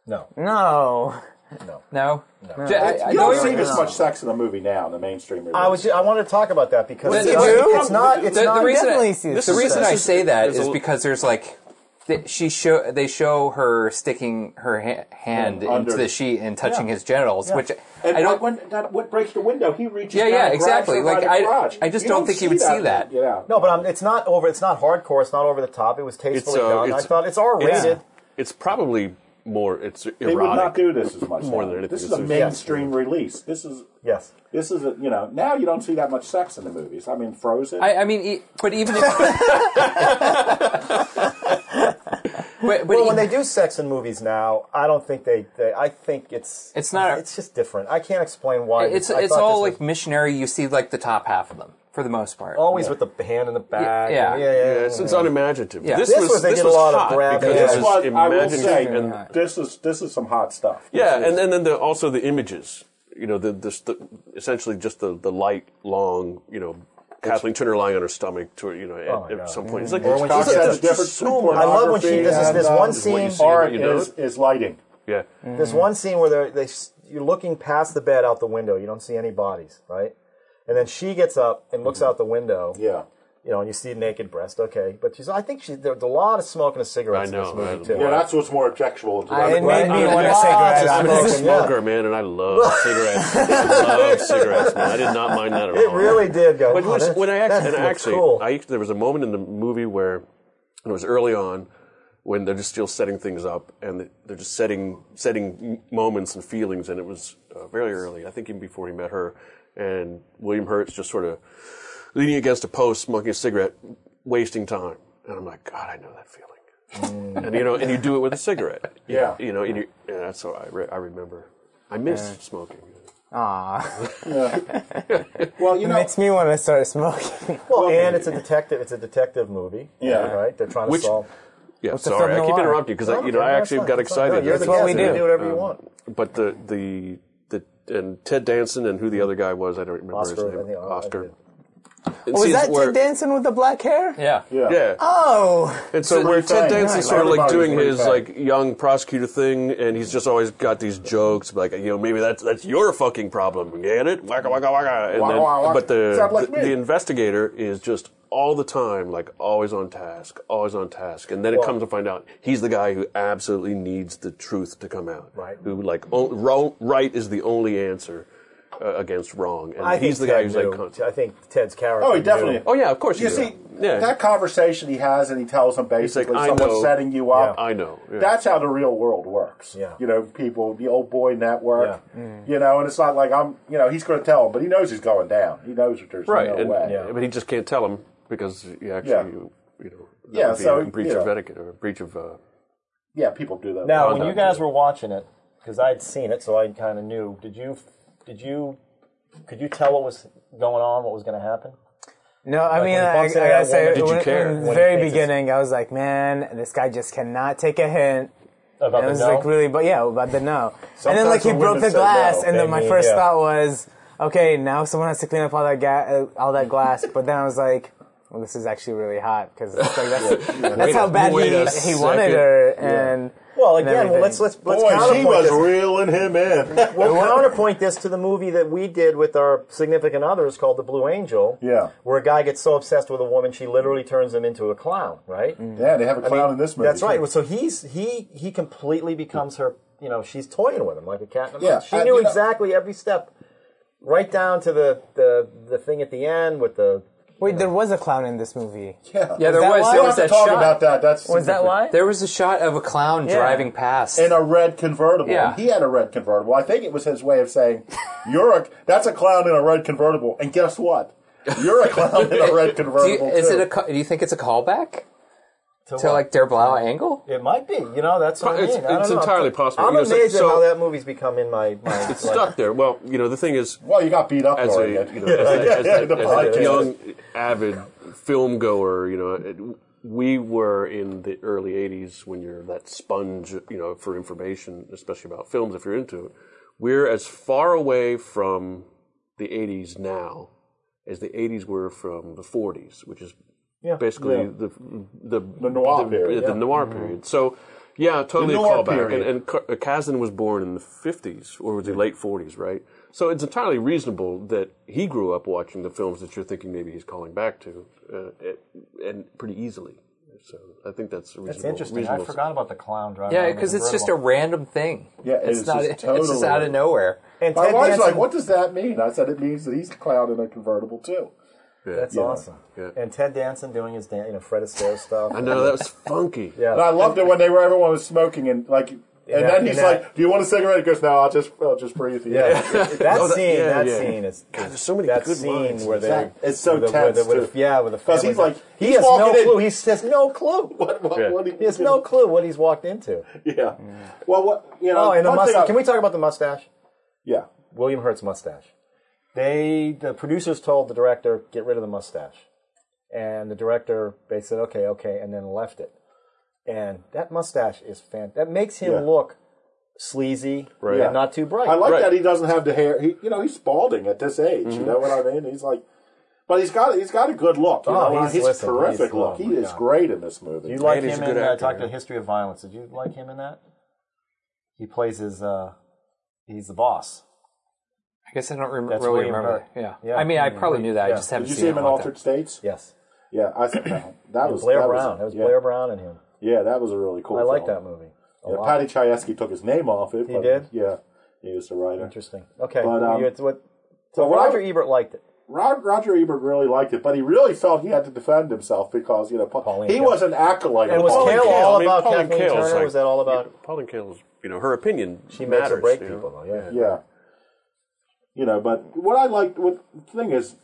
Speaker 6: No,
Speaker 2: No.
Speaker 7: No. No. I, I
Speaker 3: you
Speaker 7: know
Speaker 3: don't
Speaker 7: you're-
Speaker 3: see this much sex in a movie now in the mainstream. Release.
Speaker 6: I was. ju- I wanted to talk about that because
Speaker 7: Well,
Speaker 6: it's,
Speaker 7: they
Speaker 6: not-
Speaker 7: do?
Speaker 6: it's not. It's
Speaker 7: the,
Speaker 6: not.
Speaker 7: the reason
Speaker 2: definitely
Speaker 7: I,
Speaker 2: see
Speaker 7: the
Speaker 2: this
Speaker 7: reason
Speaker 8: is-
Speaker 7: I say that
Speaker 8: is a
Speaker 7: is
Speaker 8: l-
Speaker 7: because there's like th- she show they show her sticking her ha- hand
Speaker 3: Yeah, under-
Speaker 7: into the sheet and touching his genitals, which
Speaker 3: And
Speaker 7: I
Speaker 3: what,
Speaker 7: don't.
Speaker 3: when, that, what breaks the window? He reaches.
Speaker 7: Yeah,
Speaker 3: down
Speaker 7: yeah,
Speaker 3: and
Speaker 7: exactly.
Speaker 3: Grabs her by
Speaker 7: Like,
Speaker 3: the
Speaker 7: I-
Speaker 3: crotch.
Speaker 7: I just don't think he would see that.
Speaker 3: Yeah.
Speaker 6: No, but um, it's not over. It's not hardcore. It's not over the top. It was tastefully
Speaker 8: uh,
Speaker 6: done. I
Speaker 8: it's-
Speaker 6: thought it's R rated.
Speaker 8: It's probably more. It's erotic.
Speaker 3: They would not do this as much.
Speaker 8: More
Speaker 3: now.
Speaker 8: than anything,
Speaker 3: This is
Speaker 8: it's
Speaker 3: a
Speaker 8: a-
Speaker 3: mainstream release. This is
Speaker 6: Yes.
Speaker 3: this is a you know now you don't see that much sex in the movies. I mean, Frozen.
Speaker 7: I, I mean, e- but even if. but but
Speaker 6: Well,
Speaker 7: e-
Speaker 6: when they do sex in movies now, I don't think they. they I think it's
Speaker 7: It's not-
Speaker 6: It's just different. I can't explain why.
Speaker 7: it's
Speaker 6: I
Speaker 7: it's
Speaker 6: thought
Speaker 7: all
Speaker 6: this
Speaker 7: like
Speaker 6: was Oh.
Speaker 7: missionary. You see like the top half of them for the most part.
Speaker 6: always with the hand in the back.
Speaker 7: Yeah.
Speaker 6: and- yeah, yeah.
Speaker 8: Yeah, it's, it's unimaginative.
Speaker 7: Yeah.
Speaker 8: This,
Speaker 6: This
Speaker 8: was,
Speaker 6: was- they
Speaker 8: this
Speaker 6: did a
Speaker 8: was
Speaker 6: lot of
Speaker 8: hot
Speaker 6: grabbing.
Speaker 8: because
Speaker 6: Yeah.
Speaker 8: this
Speaker 6: This
Speaker 3: That's
Speaker 8: was
Speaker 3: what I will say.
Speaker 8: imaginative and
Speaker 3: this is this is some hot stuff.
Speaker 8: Yeah, and, and then the, also the images. You know, the, this the, essentially just the, the light, long. You know, Kathleen Turner lying on her stomach to you know at,
Speaker 6: Oh my
Speaker 8: at
Speaker 6: God.
Speaker 8: some point. It's like
Speaker 6: Or when she
Speaker 8: it's
Speaker 6: said
Speaker 8: just
Speaker 3: the difference
Speaker 8: so
Speaker 3: between
Speaker 8: much.
Speaker 6: I love when she.
Speaker 3: pornography
Speaker 6: This is this
Speaker 3: and,
Speaker 6: one
Speaker 3: um,
Speaker 8: is what you
Speaker 6: scene.
Speaker 8: see.
Speaker 3: Art
Speaker 8: You know
Speaker 3: is
Speaker 8: it?
Speaker 3: is lighting.
Speaker 8: Yeah,
Speaker 6: There's
Speaker 8: Mm.
Speaker 6: one scene where they're, they s- you're looking past the bed out the window. You don't see any bodies, right? And then she gets up and
Speaker 8: Mm-hmm.
Speaker 6: looks out the window.
Speaker 3: Yeah.
Speaker 6: You know, and you see naked breast. Okay, but she's. I think she. There's a lot of smoking of cigarettes
Speaker 8: I know,
Speaker 6: in this movie
Speaker 8: right.
Speaker 6: too.
Speaker 3: Yeah, that's what's more objectable. To
Speaker 2: I-
Speaker 3: that.
Speaker 2: it made me
Speaker 8: I'm
Speaker 2: want
Speaker 8: a-
Speaker 2: to say
Speaker 6: I'm
Speaker 8: I'm
Speaker 6: an
Speaker 8: an
Speaker 6: Smoking,
Speaker 2: grass.
Speaker 6: ex-smoker,
Speaker 8: ex-smoker, man, and I love cigarettes. I love cigarettes, man. I did not mind that at all.
Speaker 6: It really did go.
Speaker 8: But
Speaker 6: "Wow,
Speaker 8: when-
Speaker 6: that's-
Speaker 8: when I
Speaker 6: that
Speaker 8: actually, and
Speaker 6: looks
Speaker 8: actually
Speaker 6: cool.
Speaker 8: I, there was a moment in the movie where and it was early on when they're just still setting things up and they're just setting setting m- moments and feelings, and it was uh, very early. I think even before he met her, and William Hurt's just sort of leaning against a post, smoking a cigarette, wasting time, and I'm like, God, I know that feeling.
Speaker 6: Mm.
Speaker 8: and you know, and you do it with a cigarette.
Speaker 3: Yeah.
Speaker 8: you know, and you, yeah, that's all I, re- I remember. I miss smoking.
Speaker 3: well, you know,
Speaker 2: Makes me want to start smoking.
Speaker 6: Well, and it's a detective. It's a detective movie.
Speaker 3: Yeah.
Speaker 6: right. They're trying to
Speaker 8: Which-
Speaker 6: solve.
Speaker 8: Yeah,
Speaker 2: the
Speaker 8: sorry, I
Speaker 2: film
Speaker 8: keep
Speaker 2: noir?
Speaker 8: interrupting because I, you know, I
Speaker 6: That's
Speaker 8: actually
Speaker 6: fine.
Speaker 8: got
Speaker 6: That's fine. No,
Speaker 8: excited.
Speaker 6: You're the
Speaker 8: That's
Speaker 2: what
Speaker 6: guest.
Speaker 2: we
Speaker 6: You can
Speaker 2: do.
Speaker 6: do whatever you
Speaker 8: Um,
Speaker 6: want.
Speaker 8: But the the the and Ted Danson and who the other guy was, I don't remember his
Speaker 6: Hmm. Oscar,
Speaker 8: name.
Speaker 6: I Oh, think, uh,
Speaker 8: Oscar.
Speaker 6: I think.
Speaker 8: And
Speaker 2: Was
Speaker 8: see,
Speaker 2: that
Speaker 8: where-
Speaker 2: Ted Danson with the black hair?
Speaker 7: yeah.
Speaker 3: yeah.
Speaker 8: Yeah.
Speaker 2: Oh,
Speaker 8: and so, where
Speaker 3: fine.
Speaker 8: Ted Danson's
Speaker 3: Nice.
Speaker 8: sort of like
Speaker 3: Everybody's
Speaker 8: doing
Speaker 3: pretty
Speaker 8: his
Speaker 3: fine.
Speaker 8: like young prosecutor thing, and he's just always got these jokes, like you know, maybe that's that's your fucking problem, get it? Waka waka waka. And
Speaker 3: Waka,
Speaker 8: then,
Speaker 3: waka, waka.
Speaker 8: but the,
Speaker 3: Sound like
Speaker 8: the
Speaker 3: me.
Speaker 8: the investigator is just all the time like always on task, always on task, and then it comes to find out he's the guy who absolutely needs the truth to come out.
Speaker 6: Right.
Speaker 8: Who like o- ro- right is the only answer uh, against wrong, and
Speaker 6: I
Speaker 8: he's the
Speaker 6: think
Speaker 8: guy
Speaker 6: Ted
Speaker 8: who's
Speaker 6: knew.
Speaker 8: like.
Speaker 6: I think Ted's character.
Speaker 3: Oh, he definitely.
Speaker 6: knew.
Speaker 8: Oh yeah, of course.
Speaker 3: You
Speaker 8: he
Speaker 3: see,
Speaker 8: did. yeah.
Speaker 3: that conversation he has, and he tells him basically
Speaker 8: "I
Speaker 3: someone's
Speaker 8: know."
Speaker 3: setting you up.
Speaker 6: Yeah.
Speaker 8: I know. yeah.
Speaker 3: That's how the real world works.
Speaker 6: Yeah.
Speaker 3: You know, people, the old boy network, you know, and it's not like I'm, you know, he's going to tell him, but he knows he's going down. He knows that there's
Speaker 8: right,
Speaker 3: no
Speaker 8: and,
Speaker 3: way.
Speaker 8: but he just can't tell him because he actually,
Speaker 3: Yeah.
Speaker 8: you, you know, that
Speaker 3: Yeah,
Speaker 8: would be
Speaker 3: so,
Speaker 8: a breach
Speaker 3: you
Speaker 8: of
Speaker 3: know.
Speaker 8: etiquette or a breach of. Uh,
Speaker 3: Yeah, people do that.
Speaker 6: Now,
Speaker 8: Oh,
Speaker 6: when
Speaker 8: no,
Speaker 6: you guys
Speaker 8: no.
Speaker 6: were watching it, because I'd seen it, so I kind of knew. Did you? Did you? Could you tell what was going on? What was going to happen?
Speaker 2: No, I mean,
Speaker 6: when he
Speaker 2: I, I
Speaker 6: bumps into
Speaker 2: gotta
Speaker 6: that
Speaker 2: say,
Speaker 6: woman, did you
Speaker 2: when-
Speaker 8: care?
Speaker 2: in
Speaker 6: When
Speaker 2: the
Speaker 6: he
Speaker 2: very
Speaker 6: thinks it's-
Speaker 2: beginning, I was like, man, this guy just cannot take a hint.
Speaker 6: About
Speaker 2: It
Speaker 6: the
Speaker 2: was
Speaker 6: no?
Speaker 2: like really, but yeah, about the no. and then like
Speaker 3: Sometimes
Speaker 2: he
Speaker 3: when
Speaker 2: broke
Speaker 3: women
Speaker 2: the
Speaker 3: say
Speaker 2: glass,
Speaker 3: no,
Speaker 2: and then
Speaker 6: they
Speaker 2: my
Speaker 6: mean,
Speaker 2: first
Speaker 6: yeah.
Speaker 2: thought was, okay, now someone has to clean up all that ga- uh, all that glass. but then I was like, well, this is actually really hot because like, that's, that's how bad
Speaker 8: wait a
Speaker 2: he, he wanted
Speaker 8: second.
Speaker 2: her. And
Speaker 6: well,
Speaker 2: and
Speaker 6: again, well,
Speaker 2: everything.
Speaker 6: let's let's let's
Speaker 3: Boy, she
Speaker 6: counterpoint
Speaker 3: was
Speaker 6: this.
Speaker 3: reeling him in.
Speaker 6: Well, counterpoint this to the movie that we did with our significant others called The Blue Angel.
Speaker 3: Yeah.
Speaker 6: Where a guy gets so obsessed with a woman, she literally turns him into a clown, right?
Speaker 2: Mm-hmm.
Speaker 3: yeah, they have a clown in this movie.
Speaker 6: That's right.
Speaker 3: too.
Speaker 6: So he's he he completely becomes her. You know, she's toying with him like a cat. In a
Speaker 3: Yeah,
Speaker 6: mouse. She
Speaker 3: and,
Speaker 6: knew
Speaker 3: you know-
Speaker 6: exactly every step, right down to the the the thing at the end with the.
Speaker 2: wait, there was a clown in this movie.
Speaker 3: Yeah.
Speaker 7: Yeah, there
Speaker 2: that
Speaker 7: was,
Speaker 2: why?
Speaker 7: there
Speaker 3: We don't
Speaker 7: was
Speaker 3: have
Speaker 7: that
Speaker 3: to talk
Speaker 7: shot.
Speaker 3: about that. That's
Speaker 2: Was that why?
Speaker 7: There was a shot of a clown driving past.
Speaker 3: in a red convertible.
Speaker 7: Yeah.
Speaker 3: And he had a red convertible. I think it was his way of saying, "You're a that's a clown in a red convertible." And guess what? You're a clown in a red
Speaker 7: do
Speaker 3: convertible.
Speaker 7: you, is
Speaker 3: too.
Speaker 7: it a? co- Do you think it's a
Speaker 6: To
Speaker 7: callback to
Speaker 6: what?
Speaker 7: like Der Blau angle?
Speaker 6: It might be. You know, that's what I
Speaker 8: It's-
Speaker 6: mean. I don't
Speaker 8: it's
Speaker 6: know.
Speaker 8: entirely
Speaker 6: I'm,
Speaker 8: possible.
Speaker 6: I'm
Speaker 8: You know, so-
Speaker 6: amazed
Speaker 8: so-
Speaker 6: at how that movie's become in my. my
Speaker 8: it's
Speaker 6: like-
Speaker 8: stuck there. Well, you know, the thing is,
Speaker 3: Well, you got beat up
Speaker 8: as a,
Speaker 3: already.
Speaker 8: you know,
Speaker 3: it.
Speaker 8: as a,
Speaker 3: Yeah,
Speaker 8: as
Speaker 3: the
Speaker 8: a, as a
Speaker 3: podcast.
Speaker 8: young avid film goer, you know, it, we were in the early '80s when you're that sponge, you know, for information, especially about films. If you're into it, we're as far away from the '80s now as the '80s were from the '40s, which is basically
Speaker 3: Yeah.
Speaker 8: the the the
Speaker 3: noir
Speaker 8: the,
Speaker 3: period, Mm-hmm.
Speaker 8: the noir period. So. Yeah, totally a
Speaker 3: noir
Speaker 8: callback. And,
Speaker 3: period.
Speaker 8: and Ka- uh, Kazan was born in the 50s, or was he late 40s, right? So it's entirely reasonable that he grew up watching the films that you're thinking maybe he's calling back to, uh, it- and pretty easily. So I think that's a reasonable.
Speaker 6: It's interesting. I
Speaker 8: reasonable-
Speaker 6: forgot about the clown driving.
Speaker 7: Yeah,
Speaker 6: around in
Speaker 7: because
Speaker 6: a
Speaker 7: it's just a
Speaker 6: convertible.
Speaker 7: random thing.
Speaker 3: Um, Yeah, it
Speaker 7: it's
Speaker 3: is
Speaker 7: not.
Speaker 3: just
Speaker 7: It's just
Speaker 3: totally-
Speaker 7: out of nowhere.
Speaker 6: And
Speaker 3: My
Speaker 6: Ted
Speaker 3: wife's
Speaker 6: Danson-
Speaker 3: like, "What does that mean?" I said, "It means that he's a clown in a convertible too."
Speaker 6: That's awesome.
Speaker 8: Yeah.
Speaker 6: And Ted Danson doing his dan- you know Fred Astaire stuff.
Speaker 8: I know that was funky.
Speaker 3: And I loved it when they were everyone was smoking and like, and
Speaker 6: Yeah,
Speaker 3: then he's
Speaker 6: and that-
Speaker 3: like, "Do you want a cigarette?" He goes, "No, I'll just, I'll just breathe." you."
Speaker 6: Yeah, that
Speaker 8: Oh, that-
Speaker 6: scene.
Speaker 8: yeah,
Speaker 6: that
Speaker 8: yeah.
Speaker 6: scene is. is-
Speaker 8: there's so many
Speaker 6: that
Speaker 8: good
Speaker 6: scene
Speaker 8: lines.
Speaker 6: where they.
Speaker 3: Exact- it's so
Speaker 6: with the-
Speaker 3: tense,
Speaker 6: with the- with the-
Speaker 3: too.
Speaker 6: yeah, with the
Speaker 3: 'Cause
Speaker 6: family
Speaker 3: he's like,
Speaker 6: he
Speaker 3: he's
Speaker 6: has no
Speaker 3: walking in-
Speaker 6: clue. He has no clue.
Speaker 3: What, what,
Speaker 8: Yeah.
Speaker 3: what do you
Speaker 6: He has no clue what he's walked into.
Speaker 3: Yeah. Well, what you know?
Speaker 6: Oh, and the
Speaker 3: one thing
Speaker 6: mustache.
Speaker 3: I-
Speaker 6: Can we talk about the mustache?
Speaker 3: Yeah.
Speaker 6: William Hurt's mustache. They, the producers told the director, get rid of the mustache, and the director they said, okay, okay, and then left it. And that mustache is fan. That makes him
Speaker 3: Yeah.
Speaker 6: look sleazy,
Speaker 8: Right.
Speaker 6: and
Speaker 8: Yeah.
Speaker 6: not too bright.
Speaker 3: I like
Speaker 8: Right.
Speaker 3: that he doesn't have the hair. He, you know, he's balding at this age. You know what I mean? He's like, but he's got he's got a good look. You
Speaker 6: Mm-hmm. Oh,
Speaker 3: know?
Speaker 6: he's-
Speaker 3: he's
Speaker 6: listen,
Speaker 3: terrific
Speaker 6: he's- oh
Speaker 3: look.
Speaker 6: my
Speaker 3: he is
Speaker 6: God.
Speaker 3: great in this movie.
Speaker 6: You like
Speaker 8: And he's
Speaker 6: him
Speaker 8: a
Speaker 6: in
Speaker 8: good
Speaker 6: uh,
Speaker 8: actor,
Speaker 6: Talk to
Speaker 8: yeah.
Speaker 6: History of Violence. Did you like him in that? He plays his. Uh, he's the boss.
Speaker 7: I guess I don't rem-
Speaker 6: That's
Speaker 7: really
Speaker 6: William
Speaker 7: remember.
Speaker 6: Hurt.
Speaker 7: Yeah.
Speaker 6: Yeah.
Speaker 7: I mean, I probably knew that.
Speaker 6: Yeah.
Speaker 7: I just haven't
Speaker 3: Did you
Speaker 7: seen
Speaker 3: see
Speaker 7: it
Speaker 3: him in
Speaker 7: a long
Speaker 3: Altered States?
Speaker 6: Yes,
Speaker 3: Yeah, I think that, that was
Speaker 6: Blair
Speaker 3: that
Speaker 6: Brown.
Speaker 3: Was,
Speaker 6: That was
Speaker 3: yeah,
Speaker 6: Blair Brown and him.
Speaker 3: Yeah, that was a really cool.
Speaker 6: I like
Speaker 3: film.
Speaker 6: that movie. A
Speaker 3: Yeah,
Speaker 6: lot.
Speaker 3: Patty Chayefsky took his name off it.
Speaker 6: He
Speaker 3: but,
Speaker 6: did?
Speaker 3: Yeah, he was the writer.
Speaker 6: Interesting. Okay,
Speaker 3: But, um,
Speaker 6: you- it's what, so
Speaker 3: what I-
Speaker 6: Roger Ebert liked it.
Speaker 3: Rod, Roger Ebert really liked it, but he really felt he had to defend himself because you know Pa-
Speaker 6: Pauline
Speaker 3: he
Speaker 6: Kael.
Speaker 3: was an acolyte.
Speaker 6: And
Speaker 3: of
Speaker 6: was
Speaker 3: Pauline
Speaker 6: Kael
Speaker 3: Kael.
Speaker 6: all
Speaker 8: I mean,
Speaker 6: about
Speaker 8: Pauline
Speaker 6: Kathleen
Speaker 8: Kael's
Speaker 6: Turner?
Speaker 8: like-
Speaker 6: was that all about?
Speaker 8: Pauline Kael's, you know, her opinion.
Speaker 6: She makes or
Speaker 8: matters,
Speaker 6: break
Speaker 8: you know?
Speaker 6: people, though. Yeah.
Speaker 3: Yeah. You know, but what I like, what the thing is,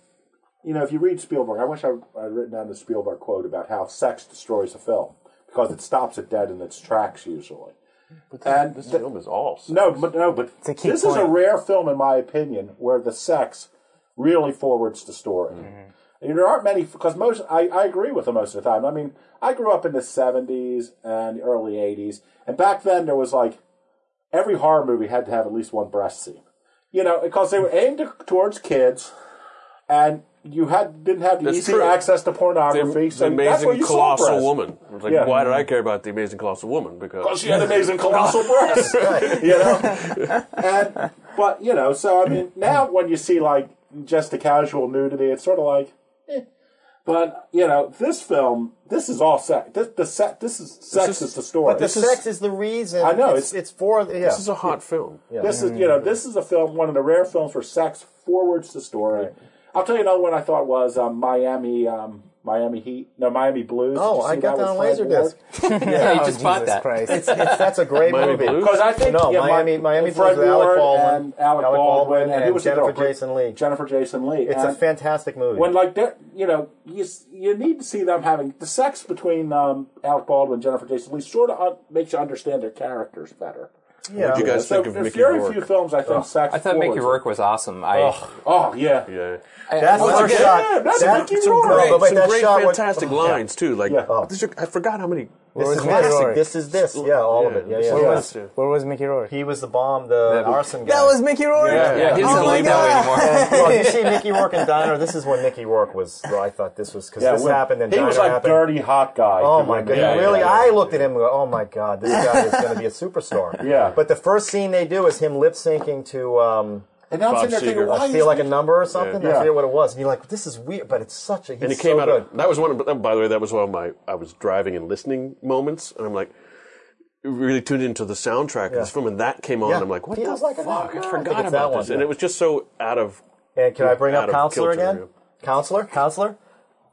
Speaker 3: you know, if you read Spielberg, I wish I I'd written down the Spielberg quote about how sex destroys a film because it stops it dead in its tracks usually. and
Speaker 8: This
Speaker 3: the-
Speaker 8: film is all.
Speaker 3: no, but no, but
Speaker 2: a key
Speaker 3: this is a
Speaker 2: point.
Speaker 3: rare film, in my opinion, where the sex really forwards the story. And there aren't many because most I, I agree with them most of the time. I mean, I grew up in the seventies and early eighties, and back then there was like every horror movie had to have at least one breast scene, you know, because they were aimed to, towards kids, and you had didn't have the
Speaker 8: That's
Speaker 3: easy
Speaker 8: true.
Speaker 3: access to
Speaker 8: The,
Speaker 3: pornography.
Speaker 8: the
Speaker 3: so that's where
Speaker 8: amazing
Speaker 3: you saw
Speaker 8: colossal
Speaker 3: breasts.
Speaker 8: woman. It was like,
Speaker 3: Yeah.
Speaker 8: why did I care about the amazing colossal woman? Because
Speaker 3: Well, she had amazing colossal breasts, you know. And but you know, so I mean, now when you see like just the casual nudity, it's sort of like, eh. but you know, this film, this is all sex. This the sex. This is sex is,
Speaker 8: is-
Speaker 3: the story.
Speaker 6: But the sex is the reason.
Speaker 3: I know,
Speaker 6: it's it's
Speaker 3: it's-
Speaker 6: for yeah.
Speaker 8: this is a hot film.
Speaker 3: This is you know this is a film one of the rare films where sex forwards the story. I'll tell you another one I thought was um, Miami um, Miami Heat no Miami Blues. Did
Speaker 6: Oh,
Speaker 3: you
Speaker 6: I
Speaker 3: see
Speaker 6: got that
Speaker 3: with
Speaker 6: on
Speaker 3: Fred
Speaker 6: Laserdisc.
Speaker 3: Ward?
Speaker 7: yeah, you just bought
Speaker 2: Jesus
Speaker 7: that.
Speaker 2: Christ.
Speaker 6: it's, it's, that's a great
Speaker 8: Miami
Speaker 6: movie.
Speaker 8: Blues?
Speaker 3: Because I think
Speaker 6: No,
Speaker 3: yeah,
Speaker 6: Miami- Miami
Speaker 3: Fred
Speaker 6: Blues with Alec
Speaker 3: Ward
Speaker 6: Baldwin.
Speaker 3: and Alec,
Speaker 6: Alec
Speaker 3: Baldwin,
Speaker 6: Baldwin
Speaker 3: and, who
Speaker 6: and
Speaker 3: was the
Speaker 6: Jennifer
Speaker 3: girl? Brit-
Speaker 6: Jason Leigh.
Speaker 3: Jennifer Jason Lee.
Speaker 6: It's a
Speaker 3: And
Speaker 6: fantastic movie.
Speaker 3: When like they're you know you s- you need to see them having the sex between um, Alec Baldwin and Jennifer Jason Lee sort of un- makes you understand their characters better.
Speaker 6: yeah.
Speaker 8: You guys
Speaker 3: So
Speaker 8: think of
Speaker 3: there's
Speaker 8: Mickey
Speaker 3: very
Speaker 8: Rourke.
Speaker 3: few films I think
Speaker 6: Oh,
Speaker 3: sex.
Speaker 7: I thought Mickey
Speaker 3: forwards.
Speaker 7: Rourke was awesome. I,
Speaker 3: Oh yeah.
Speaker 8: Yeah.
Speaker 7: I-
Speaker 6: That's
Speaker 7: I-
Speaker 6: the
Speaker 3: yeah,
Speaker 6: shot.
Speaker 3: that's Mickey
Speaker 6: some
Speaker 3: Rourke.
Speaker 6: great-
Speaker 8: Great,
Speaker 3: But-
Speaker 6: but
Speaker 8: some
Speaker 6: that
Speaker 8: great,
Speaker 6: shot was-
Speaker 8: fantastic
Speaker 6: oh, yeah.
Speaker 8: lines too. Like,
Speaker 3: Yeah.
Speaker 8: oh, this, I forgot how many.
Speaker 6: This is
Speaker 2: was Mickey
Speaker 6: classic.
Speaker 2: Rourke?
Speaker 6: This is this. Yeah, all of it. Yeah,
Speaker 8: this
Speaker 6: yeah.
Speaker 8: is
Speaker 6: yeah.
Speaker 8: classic.
Speaker 2: Where was Mickey Rourke?
Speaker 6: He was the bomb, the arson guy.
Speaker 2: That was Mickey Rourke.
Speaker 8: Yeah.
Speaker 7: yeah, he
Speaker 8: Oh
Speaker 7: doesn't
Speaker 8: my
Speaker 7: believe that way anymore.
Speaker 6: well, if you see Mickey Rourke and Diner, this is when Mickey Rourke was. Well, I thought this was because
Speaker 3: yeah,
Speaker 6: this
Speaker 3: when-
Speaker 6: happened and
Speaker 3: he
Speaker 6: Diner
Speaker 3: was like
Speaker 6: happened.
Speaker 3: dirty hot guy.
Speaker 6: Oh
Speaker 3: to
Speaker 6: my
Speaker 3: women.
Speaker 6: god!
Speaker 8: Yeah,
Speaker 6: really,
Speaker 8: yeah,
Speaker 6: I looked at him and go, "Oh my god, this guy is going to be a superstar."
Speaker 3: Yeah.
Speaker 6: But the first scene they do is him lip syncing to um,
Speaker 3: And now I'm
Speaker 8: Bob
Speaker 3: sitting there thinking,
Speaker 8: Seger.
Speaker 3: why
Speaker 8: I
Speaker 3: is
Speaker 6: "Feel Like a Number" or something. I
Speaker 3: Yeah.
Speaker 6: forget what it was. And you're like, "This is weird," but it's such a. He's
Speaker 8: and it came
Speaker 6: so
Speaker 8: out
Speaker 6: good.
Speaker 8: of that was one of by the way that was one of my i was driving and listening moments and i'm like really tuned into the soundtrack of this film and that came on
Speaker 6: Yeah.
Speaker 8: i'm like what
Speaker 6: Feels
Speaker 8: the
Speaker 6: like a
Speaker 8: fuck
Speaker 6: number. I
Speaker 8: i
Speaker 6: think
Speaker 8: forgot
Speaker 6: it's
Speaker 8: about
Speaker 6: that
Speaker 8: this
Speaker 6: one.
Speaker 8: and it was just so out of
Speaker 6: And can I bring
Speaker 8: out
Speaker 6: up
Speaker 8: of
Speaker 6: counselor
Speaker 8: kilter,
Speaker 6: again? Counselor, counselor.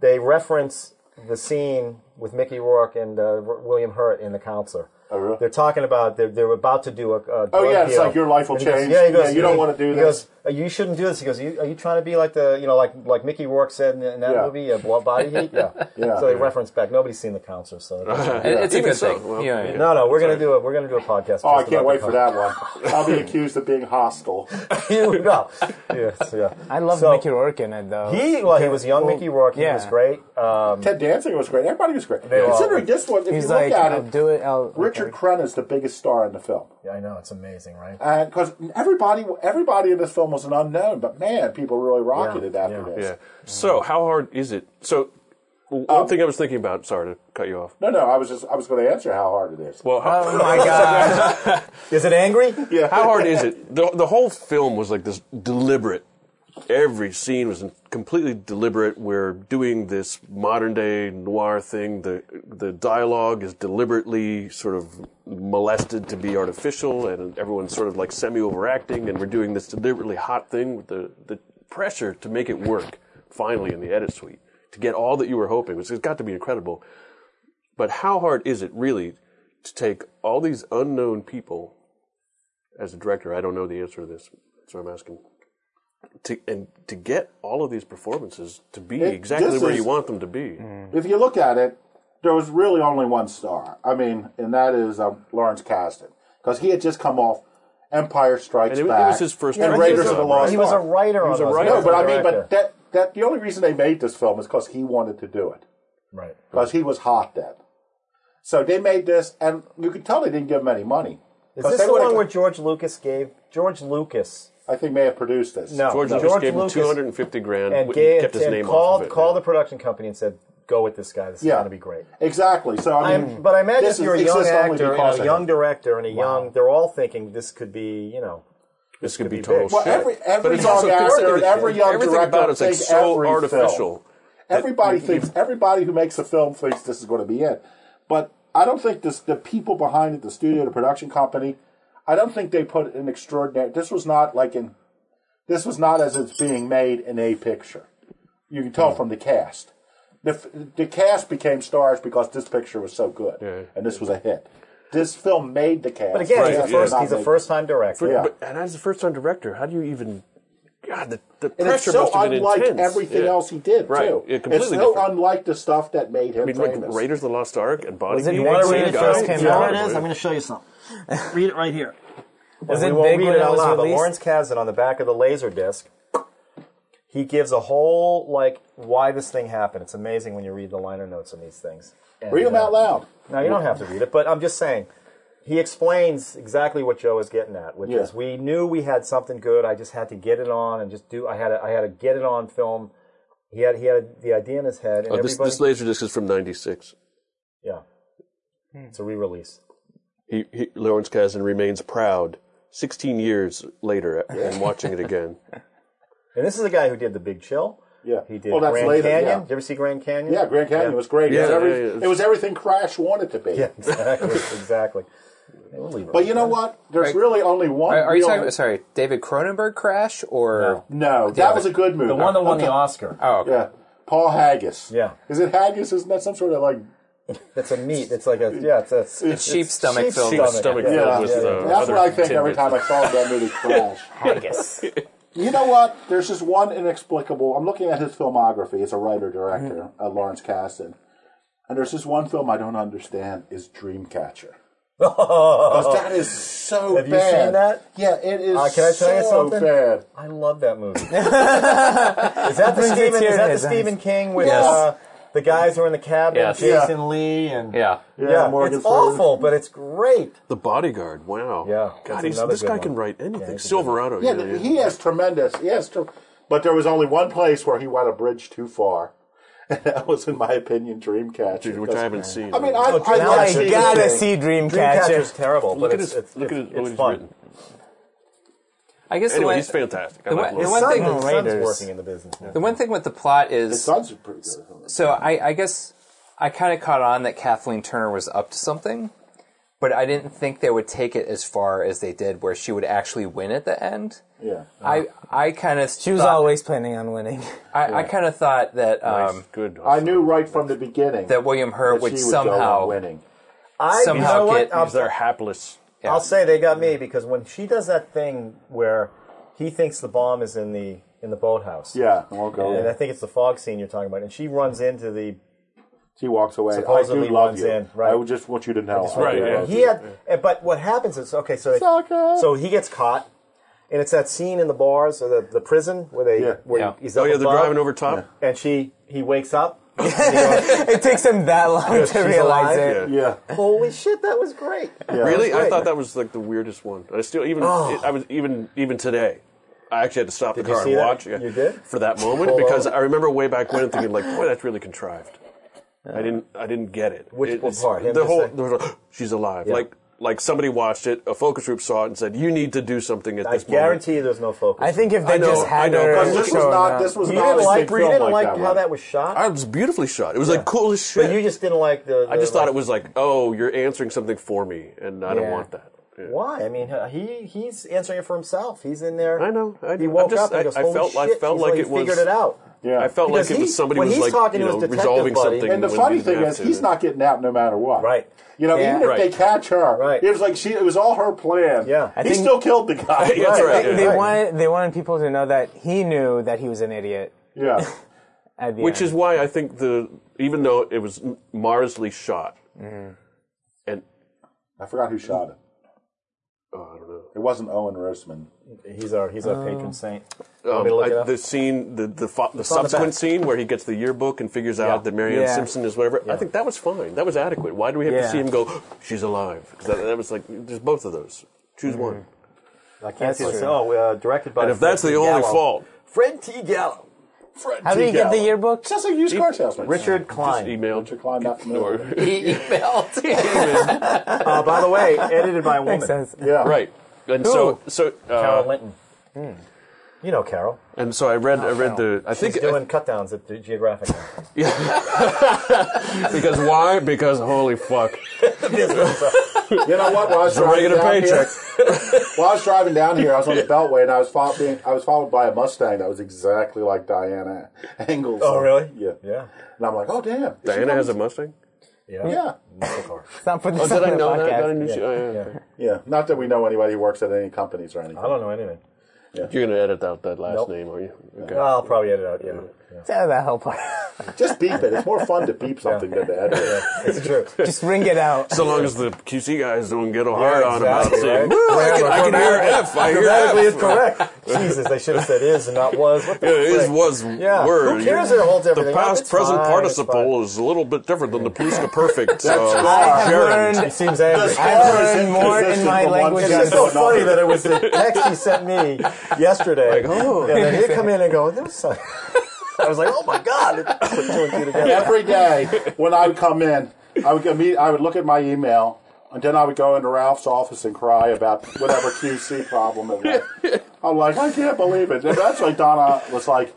Speaker 6: They reference the scene with Mickey Rourke and uh, R- William Hurt in the counselor. Oh,
Speaker 3: really? Oh,
Speaker 6: They're talking about they're, they're about to do a. a drug
Speaker 3: yeah, it's
Speaker 6: deal.
Speaker 3: like your life will
Speaker 6: And he goes-
Speaker 3: change.
Speaker 6: yeah, he
Speaker 3: Yeah,
Speaker 6: goes.
Speaker 3: you don't
Speaker 6: he-
Speaker 3: wanna do
Speaker 6: he
Speaker 3: this.
Speaker 6: Goes, "Uh, you shouldn't do this. He goes. Are you, are you trying to be like the you know like like Mickey Rourke said in, in that
Speaker 3: Yeah.
Speaker 6: movie, uh, Blood Body Heat? Yeah.
Speaker 3: Yeah.
Speaker 6: So they reference back. Nobody's seen the counselor, so.
Speaker 7: it- it's a
Speaker 8: Even
Speaker 7: good
Speaker 8: so,
Speaker 7: thing.
Speaker 8: well,
Speaker 7: yeah,
Speaker 8: yeah.
Speaker 6: No, no, we're gonna do a we're gonna do a podcast.
Speaker 3: Oh, I
Speaker 6: just about
Speaker 3: can't
Speaker 6: the
Speaker 3: wait for
Speaker 6: coun-
Speaker 3: that one. I'll be accused of being hostile.
Speaker 6: You know. Yes, yeah.
Speaker 2: I love
Speaker 6: So-
Speaker 2: Mickey Rourke in it though.
Speaker 6: He well, he was young Mickey Rourke. He
Speaker 2: yeah.
Speaker 6: was great. Um,
Speaker 3: Ted Danziger was great. Everybody was great.
Speaker 6: were all
Speaker 3: Considering
Speaker 6: great.
Speaker 3: this one, if
Speaker 2: He's
Speaker 3: you look
Speaker 2: like,
Speaker 3: at
Speaker 2: I'll
Speaker 3: it,
Speaker 2: do it. oh, I'll,
Speaker 3: Richard Crenna is the biggest star in the film.
Speaker 6: yeah, I know it's amazing, right?
Speaker 3: because everybody everybody in this film was an unknown, but man, people really rocketed
Speaker 6: Yeah,
Speaker 3: after
Speaker 6: yeah,
Speaker 3: this.
Speaker 8: yeah so how hard is it so one
Speaker 6: Um,
Speaker 8: thing i was thinking about sorry to cut you off
Speaker 3: No, no, I was just I was going to answer how hard it is.
Speaker 8: well how,
Speaker 6: Oh my god! Is it angry?
Speaker 8: how hard is it the, the whole film was like this deliberate every scene was completely deliberate. We're doing this modern day noir thing. The the dialogue is deliberately sort of molested to be artificial, and everyone's sort of like semi overacting. And we're doing this deliberately hot thing with the the pressure to make it work. Finally, in the edit suite, to get all that you were hoping, which has got to be incredible. But how hard is it really to take all these unknown people? As a director, I don't know the answer to this, so I'm asking to and to get all of these performances to be
Speaker 3: It-
Speaker 8: exactly
Speaker 3: this
Speaker 8: where
Speaker 3: is-
Speaker 8: you want them to be.
Speaker 3: If you look at it, there was really only one star. I mean, and that is um, Lawrence Kasdan because he had just come off Empire Strikes
Speaker 8: And it was- it
Speaker 3: Back.
Speaker 8: was his first
Speaker 3: and
Speaker 8: directing
Speaker 3: Raiders
Speaker 8: job,
Speaker 3: of the
Speaker 8: right?
Speaker 3: Lost
Speaker 6: He was a
Speaker 3: Ark.
Speaker 6: writer on
Speaker 8: was a
Speaker 6: those.
Speaker 8: writer.
Speaker 6: he
Speaker 3: No,
Speaker 6: was
Speaker 3: but
Speaker 6: a
Speaker 3: I mean,
Speaker 6: director.
Speaker 3: but that that the only reason they made this film is because he wanted to do it
Speaker 6: right.
Speaker 3: because he was hot then. So they made this, and you could tell they didn't give him any money.
Speaker 6: Is
Speaker 3: 'Cause
Speaker 6: this
Speaker 3: they
Speaker 6: the
Speaker 3: would've-
Speaker 6: one where George Lucas gave George Lucas?
Speaker 3: I think may have produced this.
Speaker 6: No,
Speaker 8: George
Speaker 6: no.
Speaker 8: Lucas gave him 250 grand
Speaker 6: and
Speaker 8: and
Speaker 6: gave
Speaker 8: kept his
Speaker 6: and
Speaker 8: name
Speaker 6: called
Speaker 8: off of it.
Speaker 6: called the production company and said, "Go with this guy. This
Speaker 3: Yeah.
Speaker 6: is going to be great."
Speaker 3: exactly. So I mean,
Speaker 6: I'm, but I imagine
Speaker 3: this
Speaker 6: if you're a
Speaker 3: is-
Speaker 6: young
Speaker 3: exists only
Speaker 6: actor,
Speaker 3: because
Speaker 6: and a
Speaker 3: of
Speaker 6: young
Speaker 3: him.
Speaker 6: director, and a young, they're all thinking this could be, you know,
Speaker 8: this could be
Speaker 6: be
Speaker 8: total
Speaker 6: big.
Speaker 8: shit.
Speaker 3: Well, every- every
Speaker 8: but it's
Speaker 3: young
Speaker 8: also
Speaker 3: actor
Speaker 8: considered
Speaker 3: and every
Speaker 8: shit.
Speaker 3: young
Speaker 8: everything
Speaker 3: director
Speaker 8: about it's like
Speaker 3: thinks
Speaker 8: so
Speaker 3: every
Speaker 8: artificial.
Speaker 3: Everybody thinks everybody who makes a film thinks this is going to be it, but I don't think this. The people behind it, the studio, the production company, I don't think they put an extraordinary. This was not like in. This was not as it's being made in a picture. You can
Speaker 6: Hmm.
Speaker 3: tell from the cast. The, f- the cast became stars because this picture was so good, and this was a hit. This film made the cast.
Speaker 6: but again,
Speaker 8: Right,
Speaker 6: he's a
Speaker 8: yeah.
Speaker 6: first,
Speaker 3: Not
Speaker 6: he's a
Speaker 3: make-
Speaker 6: first time director.
Speaker 3: Yeah.
Speaker 8: But, and as a first time director, how do you even? God, the, the
Speaker 3: And
Speaker 8: pressure
Speaker 3: it's so
Speaker 8: must have been
Speaker 3: unlike
Speaker 8: intense.
Speaker 3: everything
Speaker 8: Yeah.
Speaker 3: else he did,
Speaker 8: Right.
Speaker 3: too.
Speaker 8: Yeah, completely
Speaker 3: it's so
Speaker 8: different.
Speaker 3: unlike the stuff that made him
Speaker 8: I mean, like
Speaker 3: famous.
Speaker 8: Raiders of the Lost Ark and Body.
Speaker 2: Was it
Speaker 8: Heat,
Speaker 2: You wanna
Speaker 8: same
Speaker 2: read it
Speaker 8: guy.
Speaker 2: first came
Speaker 8: Yeah,
Speaker 2: out?
Speaker 8: probably.
Speaker 4: to show you something. read it right here.
Speaker 2: Was it
Speaker 6: we won't
Speaker 2: big
Speaker 6: read
Speaker 2: when
Speaker 6: it
Speaker 2: it
Speaker 6: out
Speaker 2: was
Speaker 6: loud, but
Speaker 2: released?
Speaker 6: Lawrence Kasdan on the back of the laser disc, he gives a whole like why this thing happened. It's amazing when you read the liner notes on these things. And,
Speaker 3: Read them
Speaker 6: uh,
Speaker 3: out loud.
Speaker 6: No, you don't have to read it, but I'm just saying. He explains exactly what Joe is getting at, which
Speaker 3: Yeah.
Speaker 6: is we knew we had something good. I just had to get it on and just do. I had a, I had to get it on film. He had he had the idea in his head, and
Speaker 8: Oh, this,
Speaker 6: everybody
Speaker 8: this laser disc is from '96.
Speaker 6: yeah, it's a re-release.
Speaker 8: He, he, Lawrence Kasdan remains proud 16 years later and watching it again.
Speaker 6: And this is a guy who did The Big Chill.
Speaker 3: Yeah.
Speaker 6: He did
Speaker 3: Well, Oh, that's
Speaker 6: Grand
Speaker 3: later,
Speaker 6: Canyon.
Speaker 3: yeah.
Speaker 6: Did you ever see Grand Canyon?
Speaker 3: Yeah, Grand Canyon was great. it, was
Speaker 8: Yeah,
Speaker 3: every-
Speaker 8: yeah, yeah, it's-
Speaker 3: it was everything Crash wanted to be.
Speaker 6: Yeah, exactly, exactly. They were leaving.
Speaker 3: But you know what? There's
Speaker 7: Right.
Speaker 3: really only one.
Speaker 7: Are, are you
Speaker 3: real-
Speaker 7: talking about, sorry, David Cronenberg crash or?
Speaker 3: No, that was a good movie.
Speaker 2: The one that won the
Speaker 3: Okay.
Speaker 2: Oscar.
Speaker 7: Oh, okay.
Speaker 3: Yeah, Paul Haggis.
Speaker 6: Yeah.
Speaker 3: Is it Haggis? Isn't that some sort of like?
Speaker 6: it's a meat. It's like a yeah. It's a
Speaker 3: It's-
Speaker 7: sheep stomach
Speaker 6: sheep
Speaker 7: filled
Speaker 8: Deep
Speaker 7: with
Speaker 6: stomach.
Speaker 8: stomach
Speaker 3: Yeah,
Speaker 8: filled with
Speaker 3: yeah,
Speaker 8: uh,
Speaker 3: that's
Speaker 8: other
Speaker 3: what I think every
Speaker 8: tidbits.
Speaker 3: time I saw that movie Crash.
Speaker 2: Haggis.
Speaker 3: You know what? There's this one inexplicable. I'm looking at his filmography. It's a writer director,
Speaker 6: Mm-hmm.
Speaker 3: uh, Lawrence Kasdan, and there's this one film I don't understand is Dreamcatcher. 'Cause that is so
Speaker 6: Have you
Speaker 3: bad.
Speaker 6: seen that?
Speaker 3: Yeah, it is.
Speaker 6: Uh, can I tell
Speaker 3: so
Speaker 6: you something?
Speaker 3: Bad.
Speaker 6: I love that movie. is that the
Speaker 2: Brings a
Speaker 6: Stephen?
Speaker 2: tear
Speaker 6: Is
Speaker 2: to
Speaker 6: that the
Speaker 2: his eyes.
Speaker 6: Stephen King with
Speaker 7: Yes.
Speaker 6: uh, the guys who are in the cabin?
Speaker 7: Yes.
Speaker 6: Jason Lee and
Speaker 7: Yeah.
Speaker 6: yeah,
Speaker 3: Morgan
Speaker 6: it's
Speaker 3: Freeman.
Speaker 6: awful, but it's great.
Speaker 8: The Bodyguard. Wow.
Speaker 6: Yeah, that's
Speaker 8: God, he's,
Speaker 6: another
Speaker 8: this
Speaker 6: good
Speaker 8: guy
Speaker 6: one.
Speaker 8: can write anything.
Speaker 6: he's a good
Speaker 8: Silverado.
Speaker 3: Yeah, he has tremendous. He has, tre- but there was only one place where he went a bridge too far, and that was, in my opinion, Dreamcatcher.
Speaker 8: which I haven't seen.
Speaker 3: I mean, I, I
Speaker 6: Dreamcatcher.
Speaker 3: love
Speaker 6: Oh, I
Speaker 3: Stephen
Speaker 6: gotta
Speaker 3: King.
Speaker 2: see
Speaker 6: Dreamcatcher's
Speaker 2: Dreamcatcher.
Speaker 6: terrible, but
Speaker 8: look at
Speaker 6: it's
Speaker 8: his,
Speaker 6: it's,
Speaker 8: look at his,
Speaker 6: it's,
Speaker 8: what he's
Speaker 6: fun.
Speaker 8: written.
Speaker 7: I guess the
Speaker 8: Anyway,
Speaker 7: way,
Speaker 8: he's fantastic. I
Speaker 7: the
Speaker 8: like
Speaker 7: way-
Speaker 8: Lawrence.
Speaker 7: the one
Speaker 6: Son-
Speaker 7: thing-
Speaker 6: his son's
Speaker 2: Raiders.
Speaker 6: working in the business. now.
Speaker 7: the one thing with the plot
Speaker 3: His
Speaker 7: is
Speaker 3: sons are pretty good.
Speaker 7: so I, I guess I kind of caught on that Kathleen Turner was up to something, but I didn't think they would take it as far as they did, where she would actually win at the end.
Speaker 3: Yeah. uh,
Speaker 7: I I kind of
Speaker 2: She was always planning on winning.
Speaker 7: I, I kind of thought that um,
Speaker 8: good.
Speaker 3: I knew right from the beginning
Speaker 7: that William Hurt
Speaker 3: that
Speaker 7: would
Speaker 3: she
Speaker 7: somehow
Speaker 3: go on winning.
Speaker 6: I you
Speaker 7: somehow
Speaker 6: know what?
Speaker 7: get-
Speaker 6: I'm-
Speaker 8: He's their hapless.
Speaker 6: I'll say they got me because when she does that thing where he thinks the bomb is in the in the boathouse.
Speaker 3: Yeah, I won't go.
Speaker 6: And I
Speaker 3: in.
Speaker 6: think it's the fog scene you're talking about, and she runs into the.
Speaker 3: She walks away. I
Speaker 6: Supposedly
Speaker 3: do love
Speaker 6: runs
Speaker 3: you.
Speaker 6: in, right.
Speaker 3: I would just want you to know. I
Speaker 8: Right,
Speaker 3: do
Speaker 8: yeah.
Speaker 3: love
Speaker 6: He
Speaker 3: you.
Speaker 6: had, and- but what happens is okay. So they,
Speaker 3: Sucker.
Speaker 6: so he gets caught, and it's that scene in the bars or the, the prison where they
Speaker 3: Yeah.
Speaker 6: where
Speaker 7: Yeah.
Speaker 6: he's
Speaker 8: Oh
Speaker 6: up
Speaker 8: yeah, they're
Speaker 6: above,
Speaker 8: driving over top.
Speaker 6: and she he wakes up.
Speaker 2: it takes him that long to
Speaker 6: she's
Speaker 2: realize
Speaker 6: alive.
Speaker 2: it.
Speaker 8: Yeah.
Speaker 3: Yeah.
Speaker 6: Holy shit, that was great!
Speaker 8: Really, I
Speaker 6: great. Oh.
Speaker 8: thought that was like the weirdest one. I still even it- I was even even today. I actually had to stop the
Speaker 6: you
Speaker 8: car
Speaker 6: see
Speaker 8: and
Speaker 6: that?
Speaker 8: watch it
Speaker 6: You did?
Speaker 8: for that moment
Speaker 6: Pull
Speaker 8: because
Speaker 6: over.
Speaker 8: I remember way back when thinking like, boy, that's really contrived. I didn't I didn't get it.
Speaker 6: Which
Speaker 8: It- it's-
Speaker 6: part? Him
Speaker 8: The
Speaker 6: just
Speaker 8: whole
Speaker 6: saying-
Speaker 8: there was a, she's alive. Like Like somebody watched it, a focus group saw it and said, "You need to do something at
Speaker 6: I
Speaker 8: this moment."
Speaker 6: guarantee you there's no focus.
Speaker 2: I think if they
Speaker 8: I know,
Speaker 2: just
Speaker 8: I
Speaker 2: had
Speaker 8: know,
Speaker 2: her
Speaker 8: but
Speaker 3: This was
Speaker 2: showing
Speaker 3: not.
Speaker 2: up-
Speaker 3: This was
Speaker 6: you
Speaker 3: not
Speaker 6: didn't
Speaker 3: a
Speaker 6: like,
Speaker 3: like,
Speaker 6: you didn't
Speaker 3: film
Speaker 6: like,
Speaker 3: like
Speaker 6: how that was
Speaker 3: one.
Speaker 6: shot,
Speaker 8: I was beautifully shot. It was like cool as shit.
Speaker 6: but you just didn't like the.
Speaker 8: I just thought it was like, "Oh, you're answering something for me," and I don't
Speaker 2: Yeah.
Speaker 8: want that. Yeah.
Speaker 6: Why? I mean, he he's answering it for himself. He's in there.
Speaker 8: I know, I
Speaker 6: he
Speaker 8: know.
Speaker 6: woke
Speaker 8: I'm
Speaker 6: up
Speaker 8: just-
Speaker 6: and he
Speaker 8: I-
Speaker 6: goes,
Speaker 8: I
Speaker 6: "Holy
Speaker 8: felt- I
Speaker 6: shit!"
Speaker 8: felt
Speaker 6: He's
Speaker 8: like
Speaker 6: he
Speaker 8: it was-
Speaker 6: figured it out.
Speaker 3: Yeah.
Speaker 8: I felt
Speaker 6: Because
Speaker 8: like it
Speaker 6: he-
Speaker 8: was somebody
Speaker 6: when
Speaker 8: was
Speaker 6: he's
Speaker 8: like
Speaker 6: talking
Speaker 8: you
Speaker 6: to
Speaker 8: know,
Speaker 6: his detective
Speaker 8: resolving
Speaker 6: buddy-
Speaker 8: something.
Speaker 6: And
Speaker 3: And the
Speaker 8: when
Speaker 3: funny
Speaker 8: he didn't
Speaker 3: thing
Speaker 8: have
Speaker 3: is,
Speaker 8: to.
Speaker 3: he's not getting out no matter what.
Speaker 6: Right.
Speaker 3: You know,
Speaker 2: Yeah.
Speaker 3: even if they
Speaker 8: Right.
Speaker 3: catch her,
Speaker 6: Right.
Speaker 3: it was like she. It was all her plan.
Speaker 6: Yeah. I
Speaker 3: he
Speaker 2: think-
Speaker 3: still killed the guy.
Speaker 8: Yeah, that's right.
Speaker 2: They, they
Speaker 8: yeah.
Speaker 2: wanted they wanted people to know that he knew that he was an idiot.
Speaker 3: Yeah.
Speaker 2: At the
Speaker 8: Which
Speaker 2: end.
Speaker 8: is why I think the even though it was m- marvelously shot,
Speaker 6: Mm-hmm.
Speaker 8: and
Speaker 3: I forgot who shot it.
Speaker 8: oh, I don't know.
Speaker 3: It wasn't Owen Roseman.
Speaker 6: He's our he's our patron saint.
Speaker 8: Oh. Um,
Speaker 6: me to look
Speaker 8: I-
Speaker 6: it up?
Speaker 8: the scene, the the, fo- the
Speaker 6: on the
Speaker 8: subsequent
Speaker 6: back.
Speaker 8: scene where he gets the yearbook and figures out that Marianne
Speaker 2: Yeah.
Speaker 8: Simpson is whatever. I think that was fine. That was adequate. Why do we have to
Speaker 2: Yeah.
Speaker 8: see him go? "Oh, She's alive. 'Cause that, that was like there's both of those. Choose
Speaker 6: Mm-hmm.
Speaker 8: one.
Speaker 6: I can't see
Speaker 2: That's
Speaker 6: it.
Speaker 2: true.
Speaker 6: Oh, uh, directed by.
Speaker 8: And if that's
Speaker 6: Fred
Speaker 8: the
Speaker 6: T.
Speaker 8: only
Speaker 6: Gallo.
Speaker 8: fault,
Speaker 6: Fred T. Gallo,
Speaker 2: How did he get the yearbook?
Speaker 3: Just a used car salesman.
Speaker 6: Richard Klein.
Speaker 8: email
Speaker 3: Richard Klein, not familiar.
Speaker 7: He emailed.
Speaker 6: Uh, by the way, edited by a woman,
Speaker 2: Makes sense.
Speaker 3: Yeah.
Speaker 8: right. And so so
Speaker 6: Carol
Speaker 8: uh,
Speaker 6: Linton. You know Carol.
Speaker 8: and so I read I read the I
Speaker 6: Oh, She's
Speaker 8: think
Speaker 6: doing cutdowns at the Geographic.
Speaker 8: because why because holy fuck
Speaker 3: You know what? While I was
Speaker 8: a
Speaker 3: driving
Speaker 8: regular
Speaker 3: down
Speaker 8: paycheck.
Speaker 3: here, while I was driving down here, I was on the Beltway and I was followed being, I was followed by a Mustang that was exactly like Diana Angle's.
Speaker 6: Oh, really?
Speaker 3: Yeah.
Speaker 6: Yeah.
Speaker 3: And I'm like, oh damn. Is she
Speaker 8: Diana has a
Speaker 3: from-
Speaker 8: Mustang.
Speaker 3: Yeah.
Speaker 2: Let's not put
Speaker 8: Oh,
Speaker 2: this
Speaker 8: did
Speaker 2: on
Speaker 8: I
Speaker 2: the
Speaker 8: know that?
Speaker 2: podcast.
Speaker 8: That I knew she- oh, yeah,
Speaker 6: Yeah.
Speaker 8: okay.
Speaker 3: Yeah. Not that we know anybody who works at any companies or anything.
Speaker 6: I don't know anything.
Speaker 8: You're gonna edit out that last
Speaker 6: Nope.
Speaker 8: name, are you? Okay.
Speaker 6: Well, I'll probably edit out. Yeah.
Speaker 2: Yeah, that whole part.
Speaker 3: Just beep it. It's more fun to beep something than to edit. it.
Speaker 6: It's true.
Speaker 2: Just ring it out.
Speaker 8: So long as the QC guys don't get all hard on about
Speaker 6: exactly,
Speaker 8: saying,
Speaker 6: right?
Speaker 8: "Well, I can, I can hear F, I hear F.
Speaker 6: Grammatically, it's correct. Jesus, they should have said is and not was. What the
Speaker 8: Yeah, it is
Speaker 6: frick?
Speaker 8: was
Speaker 6: Yeah.
Speaker 8: word.
Speaker 6: Who cares if it holds
Speaker 8: The
Speaker 6: everything up?
Speaker 8: past
Speaker 6: It's
Speaker 8: present
Speaker 6: fine, it's
Speaker 8: participle is a little bit different than the plusical perfect. uh, gerund.
Speaker 6: fine. He seems angry.
Speaker 2: I've learned more in
Speaker 3: consistent
Speaker 2: my
Speaker 3: from one
Speaker 2: language.
Speaker 3: thing to
Speaker 6: It's so
Speaker 3: another.
Speaker 6: funny that it was the text he sent me yesterday.
Speaker 8: Like, oh.
Speaker 6: And then he'd come in and go, there's something. I was like, oh my God. It's put two and two together.
Speaker 3: every day when I would come in, I would imme- I would look at my email, and then I would go into Ralph's office and cry about whatever QC problem it was. I'm like, I can't believe it. And that's like Donna was like,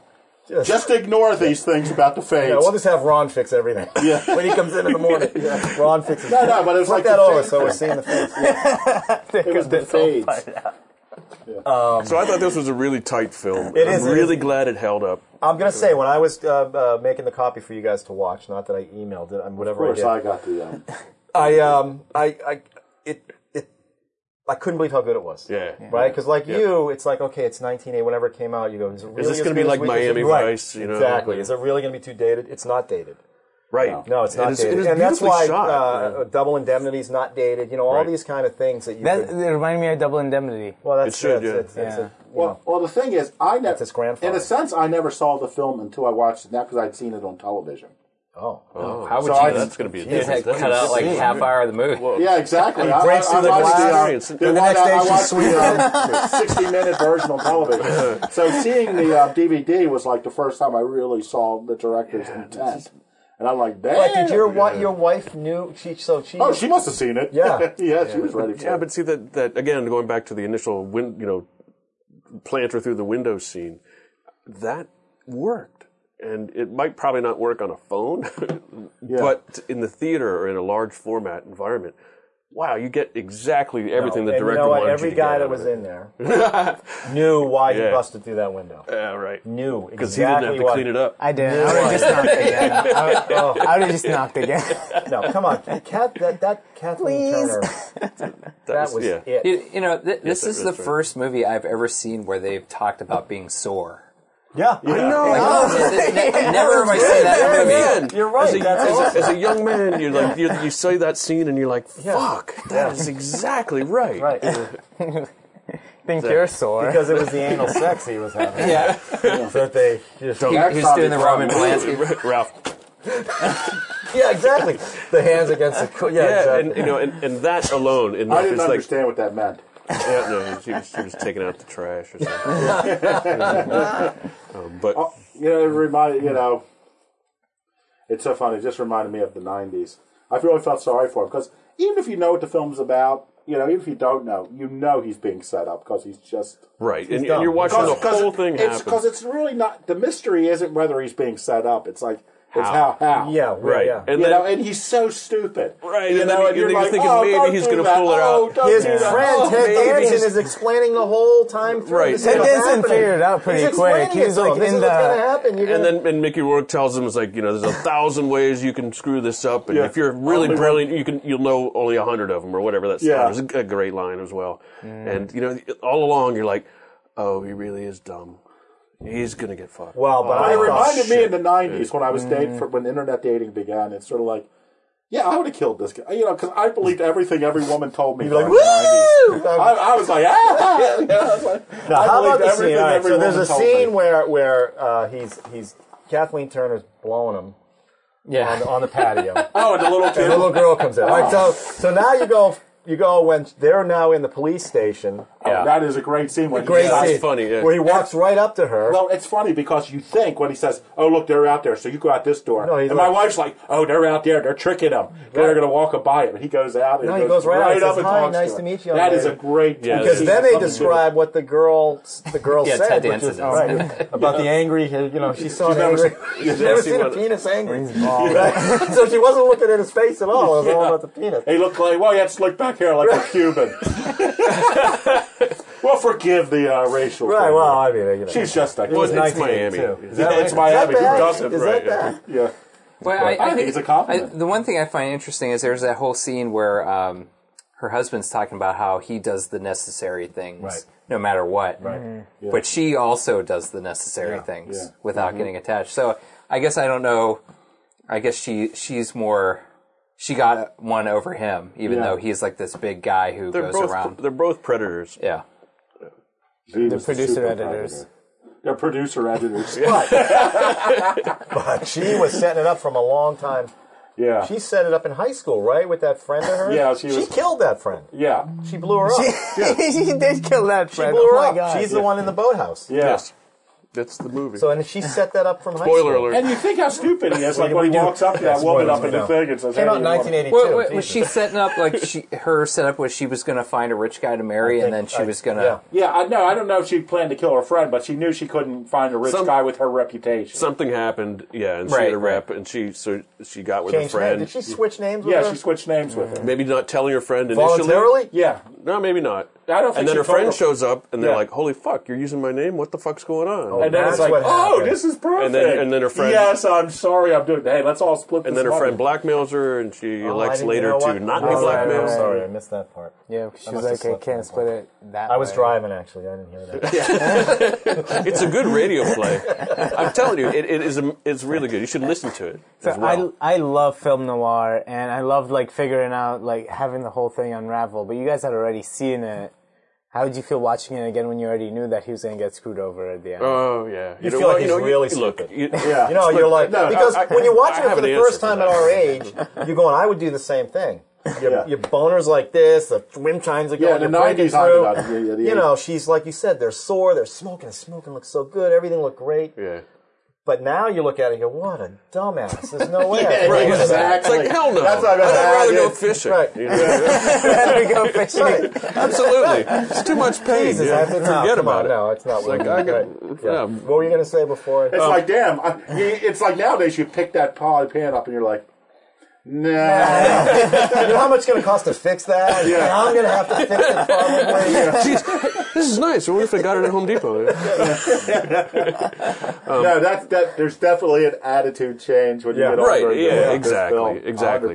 Speaker 3: just ignore these things about the fades.
Speaker 6: Yeah, we'll just have Ron fix everything.
Speaker 3: Yeah.
Speaker 6: when he comes in in the morning, Ron fixes
Speaker 3: no, no, but it's
Speaker 6: Flip
Speaker 3: like
Speaker 6: that
Speaker 3: the
Speaker 6: over
Speaker 3: fade
Speaker 6: so we're
Speaker 3: thing.
Speaker 6: seeing the face.
Speaker 3: It was the fades.
Speaker 8: So I thought this was a really tight film.
Speaker 6: It
Speaker 8: I'm
Speaker 6: is, it
Speaker 8: really
Speaker 6: is.
Speaker 8: glad it held up.
Speaker 6: I'm gonna say when I was uh, uh, making the copy for you guys to watch, not that I emailed it, um,
Speaker 3: Of
Speaker 6: whatever
Speaker 3: course,
Speaker 6: I
Speaker 3: I
Speaker 6: did.
Speaker 3: got the. Um,
Speaker 6: I um I I it it I couldn't believe how good it was.
Speaker 8: Yeah.
Speaker 6: Right, because like
Speaker 8: Yeah.
Speaker 6: you, it's like okay, it's 1980. Whenever it came out, you go. Is, it really as
Speaker 8: this gonna be
Speaker 6: good as
Speaker 8: like
Speaker 6: we- is it-
Speaker 8: Miami
Speaker 6: right,
Speaker 8: Vice, you know?
Speaker 6: Exactly. Is it really gonna be too dated? It's not dated.
Speaker 8: Right.
Speaker 6: No, it's not
Speaker 8: It is,
Speaker 6: dated,
Speaker 8: it is
Speaker 6: and that's
Speaker 8: beautifully
Speaker 6: why
Speaker 8: shot.
Speaker 6: uh, Double Indemnity is not dated. You know, all
Speaker 8: Right.
Speaker 6: these kind of things that you.
Speaker 2: That
Speaker 6: could,
Speaker 2: it reminded me of Double Indemnity.
Speaker 6: well, that's
Speaker 8: It should,
Speaker 6: that's-
Speaker 8: yeah.
Speaker 6: that's- that's
Speaker 2: Yeah.
Speaker 6: it.
Speaker 3: well, well, the thing is, I never.
Speaker 6: That's his grandfather.
Speaker 3: In a sense, I never saw the film until I watched it now because I'd seen it on television.
Speaker 6: Oh,
Speaker 7: How would
Speaker 3: So
Speaker 7: you?
Speaker 3: I-
Speaker 8: that's going to be a
Speaker 7: It had cut out like half hour of the movie.
Speaker 3: Yeah, exactly. I,
Speaker 6: breaks
Speaker 3: I,
Speaker 6: through
Speaker 3: I
Speaker 6: the
Speaker 3: watched
Speaker 6: glass.
Speaker 3: the, uh, the,
Speaker 6: And the
Speaker 3: one-
Speaker 6: next
Speaker 3: I-
Speaker 6: day um,
Speaker 3: I
Speaker 6: she's
Speaker 3: watched the sixty minute version on television. So seeing the uh, DVD was like the first time I really saw the director's intent, and I'm like, damn.
Speaker 6: But did your what your wife knew? She so she.
Speaker 3: Oh, she must have seen it.
Speaker 6: Yeah.
Speaker 3: yeah, she was ready for
Speaker 8: Yeah,
Speaker 3: it.
Speaker 8: but see that that again, going back to the initial win, you know, planter through the window scene, that worked, and it might probably not work on a phone, but in the theater or in a large format environment, wow, you get exactly everything the
Speaker 6: and
Speaker 8: director
Speaker 6: you know what?
Speaker 8: wanted
Speaker 6: Every
Speaker 8: you to
Speaker 6: guy
Speaker 8: get
Speaker 6: that was in there knew why you
Speaker 8: Yeah.
Speaker 6: busted through that window.
Speaker 8: yeah, right,
Speaker 6: Knew
Speaker 8: because
Speaker 6: exactly
Speaker 8: he didn't have to
Speaker 6: why.
Speaker 8: clean it up.
Speaker 2: I did. I would have just knocked again. I would,
Speaker 6: oh,
Speaker 2: I would have just knocked again.
Speaker 6: No, come on, Cat. That that Kathleen
Speaker 2: Please.
Speaker 6: Turner. That was
Speaker 8: yeah.
Speaker 6: it.
Speaker 7: You, you know, th- this
Speaker 8: that
Speaker 7: is
Speaker 8: is
Speaker 7: the
Speaker 8: right.
Speaker 7: first movie I've ever seen where they've talked about being sore.
Speaker 6: Yeah, I know.
Speaker 8: Oh,
Speaker 7: Ne- Never have I seen that in a movie.
Speaker 8: Man,
Speaker 6: You're right,
Speaker 8: As a,
Speaker 6: that's
Speaker 8: as a-
Speaker 6: awesome.
Speaker 8: as a young man, you're like you you say that scene and you're like,
Speaker 6: Yeah.
Speaker 8: fuck, that is exactly right.
Speaker 6: Right,
Speaker 2: Think you're sore.
Speaker 6: because it was the anal sex he was having.
Speaker 7: Yeah,
Speaker 6: That they just
Speaker 7: he,
Speaker 3: That's
Speaker 7: he's
Speaker 3: not
Speaker 7: doing the
Speaker 3: the
Speaker 7: Roman
Speaker 3: problem.
Speaker 7: Polanski.
Speaker 8: Ralph.
Speaker 6: yeah, exactly. The hands against the co- yeah,
Speaker 8: Yeah,
Speaker 6: exactly.
Speaker 8: and you know, and, and that alone, and
Speaker 3: I didn't
Speaker 8: it's like,
Speaker 3: understand what that meant.
Speaker 8: yeah, no, she was, she was taking out the trash or something. um, but
Speaker 3: Oh, you know, it reminded you know, it's so funny. It just reminded me of the '90s. I really felt sorry for him because even if you know what the film's about, you know, even if you don't know, you know he's being set up because he's just.
Speaker 8: Right, and, and you're watching the whole thing
Speaker 3: it's,
Speaker 8: happen.
Speaker 3: Because it's really not. The mystery isn't whether he's being set up, it's like, it's how, how.
Speaker 6: Yeah,
Speaker 8: Right,
Speaker 6: Yeah.
Speaker 8: and
Speaker 3: you
Speaker 8: then
Speaker 3: know, and he's so stupid.
Speaker 8: Right,
Speaker 3: you
Speaker 8: and then
Speaker 3: know,
Speaker 8: you-
Speaker 3: and you're
Speaker 8: then you're
Speaker 3: like,
Speaker 8: thinking
Speaker 3: oh,
Speaker 8: maybe
Speaker 3: don't
Speaker 8: he's
Speaker 3: do
Speaker 8: gonna
Speaker 3: that.
Speaker 8: pull it
Speaker 3: Oh,
Speaker 8: out.
Speaker 3: don't
Speaker 6: His
Speaker 3: do that.
Speaker 6: friend
Speaker 3: Oh,
Speaker 6: Ted
Speaker 3: maybe
Speaker 6: Danson
Speaker 3: he's-
Speaker 6: is explaining the whole time through.
Speaker 8: Right.
Speaker 6: This
Speaker 8: Ted
Speaker 6: is what's
Speaker 2: Danson
Speaker 6: happening.
Speaker 2: figured it out pretty
Speaker 6: He's explaining
Speaker 2: quick. He
Speaker 6: it.
Speaker 2: was,
Speaker 6: Like,
Speaker 2: like,
Speaker 6: this
Speaker 2: in
Speaker 6: is what's
Speaker 2: the-
Speaker 6: gonna happen. You're
Speaker 8: and
Speaker 6: gonna-
Speaker 8: then and Mickey Rourke tells him it's like you know there's a thousand ways you can screw this up, and
Speaker 3: Yeah.
Speaker 8: if you're really
Speaker 3: Only one-
Speaker 8: brilliant, you can you'll know only a hundred of them or whatever. That's
Speaker 3: Yeah.
Speaker 8: yeah. was a, a great line as well. And you know all along you're like, oh, he really is dumb. He's gonna get fucked.
Speaker 6: Wow, Oh, but I
Speaker 3: It
Speaker 6: thought-
Speaker 3: reminded me in
Speaker 8: shit.
Speaker 3: the '90s when I was dating, for, when internet dating began. It's sort of like, yeah, I would have killed this guy, you know, because I believed everything every woman told me.
Speaker 6: like,
Speaker 3: back in the 90s. I, I was like, ah, you know, I was like, I
Speaker 6: How about
Speaker 3: believed
Speaker 6: the
Speaker 3: everything
Speaker 6: scene? All right,
Speaker 3: every
Speaker 6: so there's
Speaker 3: woman
Speaker 6: a
Speaker 3: told
Speaker 6: scene
Speaker 3: me.
Speaker 6: where where uh, he's he's Kathleen Turner's blowing him
Speaker 2: Yeah.
Speaker 6: on, on the patio.
Speaker 3: Oh, and the little kid.
Speaker 6: and the little girl comes in. All right, so so now you go you go when they're now in the police station.
Speaker 3: Oh, That is a great scene. When he
Speaker 6: Great
Speaker 3: says-
Speaker 6: scene,
Speaker 8: funny, yeah.
Speaker 6: Where he walks right up to her.
Speaker 3: Well, it's funny because you think when he says, "Oh, look, they're out there," so you go out this door,
Speaker 6: No, he
Speaker 3: and my
Speaker 6: looks-
Speaker 3: wife's like, "Oh, they're out there. They're tricking them. They're going to walk up by him." And he goes out. And
Speaker 6: No, he goes right out. He says,
Speaker 3: up and
Speaker 6: "Hi,
Speaker 3: talks
Speaker 6: nice
Speaker 3: to,
Speaker 6: to
Speaker 3: her.
Speaker 6: meet you,
Speaker 3: That
Speaker 6: young
Speaker 3: is a
Speaker 6: lady.
Speaker 3: great
Speaker 8: Yeah,
Speaker 6: because
Speaker 3: scene.
Speaker 6: then they
Speaker 3: Something
Speaker 6: describe what the girl the girl
Speaker 7: Yeah,
Speaker 6: said,
Speaker 7: Ted
Speaker 6: which is
Speaker 7: Danson
Speaker 6: all
Speaker 7: does.
Speaker 6: right, about the angry. You know, she saw
Speaker 3: She's
Speaker 6: an
Speaker 3: never
Speaker 6: angry.
Speaker 3: seen-
Speaker 6: she's never
Speaker 8: she
Speaker 6: seen a
Speaker 8: wasn't-
Speaker 6: penis angry, Right? so she wasn't looking at his face at all. It was all about the penis.
Speaker 3: He looked like, well, you had slick back hair like a Cuban. well, forgive the uh, racial.
Speaker 6: Right.
Speaker 3: thing.
Speaker 6: Well, I mean, you know,
Speaker 3: she's just like,
Speaker 8: Well, it's
Speaker 6: 1982.
Speaker 8: Miami.
Speaker 6: Is
Speaker 3: Yeah,
Speaker 6: that
Speaker 3: it's
Speaker 6: right?
Speaker 3: Miami.
Speaker 6: Is
Speaker 3: Who
Speaker 6: that bad?
Speaker 3: doesn't?
Speaker 6: Is
Speaker 8: Right,
Speaker 6: that
Speaker 8: yeah.
Speaker 6: bad?
Speaker 3: yeah.
Speaker 7: Well, I,
Speaker 3: I think it's a compliment.
Speaker 7: I- the one thing I find interesting is there's that whole scene where um, her husband's talking about how he does the necessary things
Speaker 6: Right.
Speaker 7: no matter what,
Speaker 6: Mm-hmm.
Speaker 7: but she also does the necessary
Speaker 6: Yeah, Mm-hmm.
Speaker 7: things
Speaker 3: yeah.
Speaker 7: without getting attached. So I guess I don't know. I guess she she's more. She got one over him, even
Speaker 3: Yeah.
Speaker 7: though he's like this big guy who
Speaker 8: They're
Speaker 7: goes
Speaker 8: both
Speaker 7: around.
Speaker 8: they're both predators.
Speaker 7: yeah.
Speaker 3: He
Speaker 2: The
Speaker 3: was the
Speaker 2: producer
Speaker 3: super
Speaker 2: editors.
Speaker 3: predator. They're producer editors.
Speaker 6: But she was setting it up from a long time.
Speaker 3: yeah.
Speaker 6: She set it up in high school, right, with that friend of hers.
Speaker 3: Yeah, she was-
Speaker 6: killed that friend.
Speaker 3: yeah.
Speaker 6: She blew her up.
Speaker 2: he did kill that
Speaker 6: She
Speaker 2: friend.
Speaker 6: blew her
Speaker 2: oh my
Speaker 6: up.
Speaker 2: God.
Speaker 6: She's the one in the boathouse.
Speaker 3: Yeah.
Speaker 8: Yes, that's the movie.
Speaker 6: So and she set that up from high
Speaker 8: Spoiler
Speaker 6: school.
Speaker 8: alert.
Speaker 3: And you think how stupid he is, like when he walks up to that
Speaker 6: Yeah,
Speaker 3: woman
Speaker 6: spoilers,
Speaker 3: up in
Speaker 6: we
Speaker 3: the
Speaker 6: know.
Speaker 3: thing and says,
Speaker 6: Came
Speaker 3: hey,
Speaker 6: out
Speaker 3: you
Speaker 6: in
Speaker 3: want-
Speaker 6: 1982.
Speaker 7: Well, wait, was
Speaker 6: Jesus.
Speaker 7: she setting up like she her setup was she was going to find a rich guy to marry, and then she
Speaker 6: I-
Speaker 7: was going to
Speaker 6: yeah.
Speaker 3: Yeah, I know. I don't know if she planned to kill her friend, but she knew she couldn't find a rich
Speaker 8: Some-
Speaker 3: guy with her reputation.
Speaker 8: Something happened, yeah, and she
Speaker 7: Right,
Speaker 8: had a rep, and she so she got with her
Speaker 6: Changed name.
Speaker 8: friend.
Speaker 6: Did she switch names? with
Speaker 3: yeah,
Speaker 6: her?
Speaker 3: she switched names with him.
Speaker 8: Maybe not telling her friend initially.
Speaker 6: voluntarily.
Speaker 3: Yeah.
Speaker 8: No, maybe not.
Speaker 3: I don't think
Speaker 8: and then
Speaker 3: she
Speaker 8: her
Speaker 3: told
Speaker 8: friend
Speaker 3: her-
Speaker 8: shows up, and they're
Speaker 3: Yeah.
Speaker 8: like, "Holy fuck, you're using my name! What the fuck's going on?"
Speaker 3: And then
Speaker 6: That's
Speaker 3: it's like,
Speaker 6: what
Speaker 3: oh,
Speaker 6: happened.
Speaker 3: this is perfect.
Speaker 8: And then- and then her friend-
Speaker 3: Yes, I'm sorry, I'm doing. Hey, let's all split. this
Speaker 8: and then her
Speaker 3: money.
Speaker 8: friend blackmails her, and she
Speaker 6: Oh, I
Speaker 8: elects
Speaker 6: didn't-
Speaker 8: later
Speaker 6: you know
Speaker 8: to
Speaker 6: what?
Speaker 8: not
Speaker 6: Oh, right,
Speaker 8: be
Speaker 6: right,
Speaker 8: blackmailed.
Speaker 6: right.
Speaker 8: So
Speaker 6: Sorry, I missed that part.
Speaker 2: Yeah, she's
Speaker 6: must have
Speaker 2: like, I
Speaker 6: slept
Speaker 2: can't
Speaker 6: that far.
Speaker 2: split it that
Speaker 6: I was
Speaker 2: way.
Speaker 6: driving actually. I didn't hear that.
Speaker 8: it's a good radio play. I'm telling you, it, it is. A, it's really good. You should listen to it as well.
Speaker 2: I, I love film noir, and I love like figuring out like having the whole thing unravel. But you guys had already seen it. How did you feel watching it again when you already knew that he was gonna get screwed over at the end?
Speaker 8: oh yeah, you, know
Speaker 6: feel
Speaker 8: what?
Speaker 6: like he's really
Speaker 8: look.
Speaker 6: stupid.
Speaker 8: you-
Speaker 3: Yeah.
Speaker 6: You know, you're like
Speaker 8: No,
Speaker 6: because
Speaker 8: I- I-
Speaker 6: when you're
Speaker 8: I
Speaker 6: watching it
Speaker 8: have
Speaker 6: for
Speaker 8: an
Speaker 6: the
Speaker 8: answer
Speaker 6: first
Speaker 8: for
Speaker 6: time
Speaker 8: that.
Speaker 6: at our age, you're going, I would do the same thing. Your,
Speaker 3: Yeah.
Speaker 6: your boners like this, the rim chimes are
Speaker 3: Yeah,
Speaker 6: going,
Speaker 3: in the
Speaker 6: you're breaking
Speaker 3: 90s, I
Speaker 6: through.
Speaker 3: did that. Yeah, yeah, the
Speaker 6: you know, she's like you said, they're sore, they're smoking, smoking looks so good, everything looked great.
Speaker 8: yeah.
Speaker 6: But now you look at it and go, what a dumbass. There's no way.
Speaker 3: Yeah,
Speaker 6: I
Speaker 3: right,
Speaker 6: would do that.
Speaker 8: It's like hell no.
Speaker 3: That's what I'm gonna
Speaker 8: I'd rather
Speaker 3: add
Speaker 8: go
Speaker 3: in.
Speaker 8: fishing.
Speaker 6: Right.
Speaker 8: You know?
Speaker 6: Right.
Speaker 8: Absolutely, it's too much pain.
Speaker 6: Jesus,
Speaker 8: yeah.
Speaker 6: I said, no,
Speaker 8: Forget
Speaker 6: come
Speaker 8: about
Speaker 6: on,
Speaker 8: it.
Speaker 6: No, it's not.
Speaker 8: like,
Speaker 6: worth it.
Speaker 8: I got-
Speaker 6: Right.
Speaker 8: yeah.
Speaker 6: What were you going to say before?
Speaker 3: It's like, damn. I, you- it's like nowadays you pick that poly pan up and you're like, nah.
Speaker 6: you know how much it's going to cost to fix that?
Speaker 3: Yeah.
Speaker 6: And I'm going to have to fix it probably.
Speaker 8: Jeez, this is nice. I wonder if they got it at Home Depot.
Speaker 3: no, that's that. There's definitely an attitude change when you
Speaker 6: Yeah.
Speaker 3: get
Speaker 8: right
Speaker 3: older. and you look at
Speaker 8: yeah
Speaker 3: this film,
Speaker 8: exactly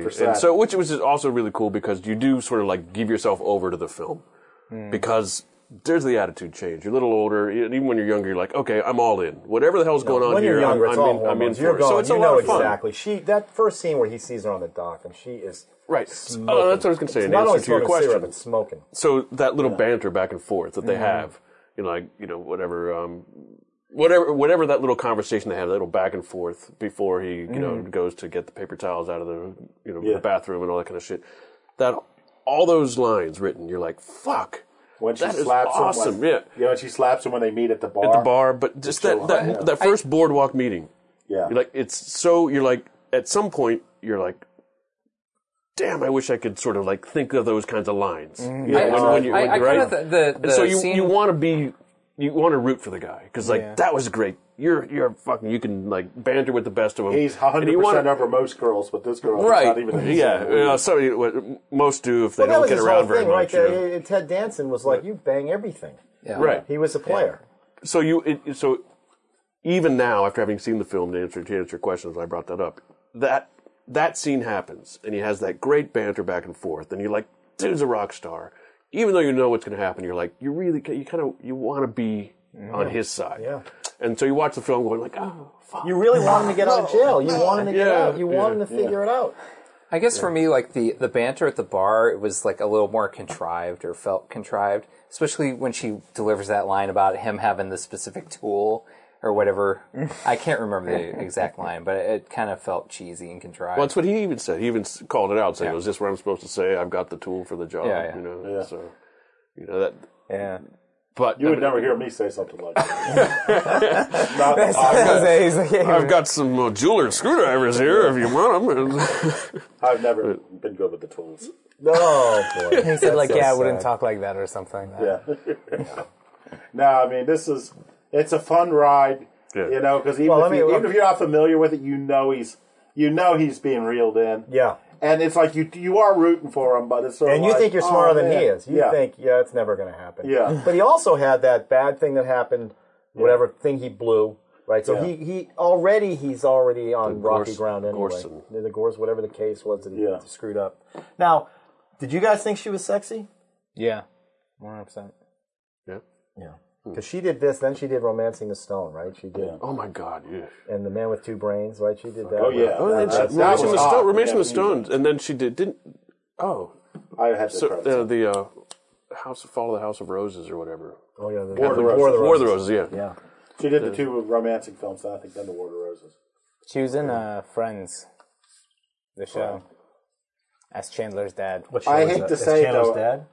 Speaker 3: 100%.
Speaker 8: exactly and so which which is also really cool because you do sort of like give yourself over to the film
Speaker 6: Hmm.
Speaker 8: because there's the attitude change you're a little older and even when you're younger you're like okay i'm all in whatever the hell's going on
Speaker 6: when
Speaker 8: here
Speaker 6: you're younger,
Speaker 8: I'm,
Speaker 6: it's
Speaker 8: I'm
Speaker 6: all
Speaker 8: in, I'm in
Speaker 6: hormones.
Speaker 8: for
Speaker 6: You're
Speaker 8: it.
Speaker 6: going,
Speaker 8: so it's
Speaker 6: you
Speaker 8: a
Speaker 6: know
Speaker 8: lot of fun
Speaker 6: exactly. She that first scene where he sees her on the dock, and she is
Speaker 8: right
Speaker 6: Smoking.
Speaker 8: oh, that's what i was going to say
Speaker 6: It's
Speaker 8: in
Speaker 6: not
Speaker 8: answer
Speaker 6: only
Speaker 8: to your
Speaker 6: smoking syrup,
Speaker 8: question
Speaker 6: it's smoking.
Speaker 8: so that little banter back and forth that they
Speaker 3: Mm-hmm.
Speaker 8: have you know like you know whatever um Whatever, whatever that little conversation they have, that little back and forth before he, you know, goes to get the paper towels out of the, you know,
Speaker 3: Mm-hmm. Yeah.
Speaker 8: the bathroom and all that kind of shit. That all those lines written, you're like, fuck,
Speaker 3: when she
Speaker 8: that is
Speaker 3: slaps
Speaker 8: awesome,
Speaker 3: him,
Speaker 8: yeah.
Speaker 3: when, you know, when she slaps him when they meet at the bar.
Speaker 8: at the bar. But
Speaker 3: It's
Speaker 8: just that
Speaker 3: so
Speaker 8: that,
Speaker 3: hot, yeah.
Speaker 8: that first boardwalk meeting,
Speaker 3: Yeah.
Speaker 8: you're like, it's so you're like, at some point, you're like, damn, I wish I could sort of like think of those kinds of lines. You know,
Speaker 7: I-
Speaker 8: when- when you-
Speaker 7: I-
Speaker 8: when
Speaker 7: I
Speaker 8: you're
Speaker 7: kinda
Speaker 8: right.
Speaker 7: th- the-
Speaker 8: And
Speaker 7: the
Speaker 8: so you
Speaker 7: scene-
Speaker 8: you want to be you want to root for the guy because like
Speaker 2: Yeah.
Speaker 8: that was great. You're you're fucking. You can like banter with the best of them.
Speaker 3: He's 100 percent over most girls, but this girl, is
Speaker 7: Right.
Speaker 3: Not even
Speaker 8: Yeah, you know, somebody what most do if they
Speaker 6: Well, that was
Speaker 8: don't get
Speaker 6: his whole
Speaker 8: around very
Speaker 6: thing
Speaker 8: much.
Speaker 6: right
Speaker 8: you
Speaker 6: there.
Speaker 8: know.
Speaker 6: And Ted Danson was like, "You bang everything."
Speaker 7: Yeah.
Speaker 8: Right.
Speaker 6: He was a player.
Speaker 8: so you it, so even now after having seen the film to answer to answer your questions I brought that up that that scene happens and he has that great banter back and forth and you're like dude's a rock star even though you know what's going to happen you're like you really ca- you kind of you want to be on his side
Speaker 6: Yeah.
Speaker 8: and so you watch the film going like oh fuck
Speaker 6: You really want him to get out of jail. You want him to get
Speaker 8: Yeah,
Speaker 6: out. You want him to figure it out.
Speaker 7: I guess for me, like the, the banter at the bar, it was like a little more contrived or felt contrived, especially when she delivers that line about him having the specific tool or whatever. I can't remember the exact line, but it, it kind of felt cheesy and contrived.
Speaker 8: well, that's what he even said. He even s- called it out, saying,
Speaker 7: Yeah.
Speaker 8: "Is this what I'm supposed to say? I've got the tool for the job."
Speaker 7: Yeah, yeah.
Speaker 8: You know, so you know that.
Speaker 2: Yeah.
Speaker 8: But
Speaker 3: You would never hear me say something like that. Not-
Speaker 2: Jose, he's like, yeah,
Speaker 8: I've got some uh, jeweler screwdrivers here if you want them.
Speaker 3: I've never been good with the tools.
Speaker 6: Oh boy.
Speaker 2: he said like,
Speaker 6: so
Speaker 2: yeah, I wouldn't
Speaker 6: sad.
Speaker 2: talk like that or something.
Speaker 3: Yeah. no, I mean this is it's a fun ride.
Speaker 8: Yeah.
Speaker 3: You know, because even,
Speaker 6: Well,
Speaker 3: if,
Speaker 6: let me-
Speaker 3: you, even if you're not familiar with it, you know he's you know he's being reeled in.
Speaker 6: Yeah.
Speaker 3: And it's like you you are rooting for him, but it's sort of
Speaker 6: And you
Speaker 3: like,
Speaker 6: think you're
Speaker 3: oh,
Speaker 6: smarter than he
Speaker 3: man.
Speaker 6: is. You
Speaker 3: yeah.
Speaker 6: think, yeah, it's never going to happen.
Speaker 3: Yeah.
Speaker 6: But he also had that bad thing that happened, whatever thing he blew, right? So he, he already he's already on rocky
Speaker 8: Gorse-
Speaker 6: ground anyway.
Speaker 8: Gorson.
Speaker 6: The, the Gorse, whatever the case was that he
Speaker 3: Yeah.
Speaker 6: screwed up. Now, did you guys think she was sexy?
Speaker 2: Yeah. One hundred percent.
Speaker 8: yeah.
Speaker 6: Yeah. Because Hmm. she did this, then she did Romancing the Stone, right? She did,
Speaker 8: Oh my God! Yeah.
Speaker 6: and The Man with Two Brains, right? She did that.
Speaker 3: Oh yeah.
Speaker 8: Oh, and
Speaker 3: That-
Speaker 8: then
Speaker 3: that- that
Speaker 8: she, Remains in
Speaker 3: was
Speaker 8: the
Speaker 3: hot.
Speaker 8: Stone, Remains in the
Speaker 3: Yeah.
Speaker 8: Stones, and then she did didn't. Oh,
Speaker 3: I had to
Speaker 8: so,
Speaker 3: try
Speaker 8: uh, the uh, House Follow the House of Roses or whatever.
Speaker 6: Oh yeah. The,
Speaker 8: War
Speaker 6: the,
Speaker 8: of the Roses.
Speaker 6: War of the
Speaker 8: War of the
Speaker 6: Roses.
Speaker 8: Roses. Yeah.
Speaker 6: Yeah.
Speaker 3: She
Speaker 8: uh,
Speaker 3: did the two romantic films, and I think then the War of the Roses.
Speaker 2: She was in uh, Friends, the show, as Chandler's dad.
Speaker 6: What show
Speaker 3: I
Speaker 6: was
Speaker 3: hate
Speaker 6: that?
Speaker 3: to
Speaker 6: Is
Speaker 3: say it,
Speaker 6: Chandler's
Speaker 3: though.
Speaker 6: dad.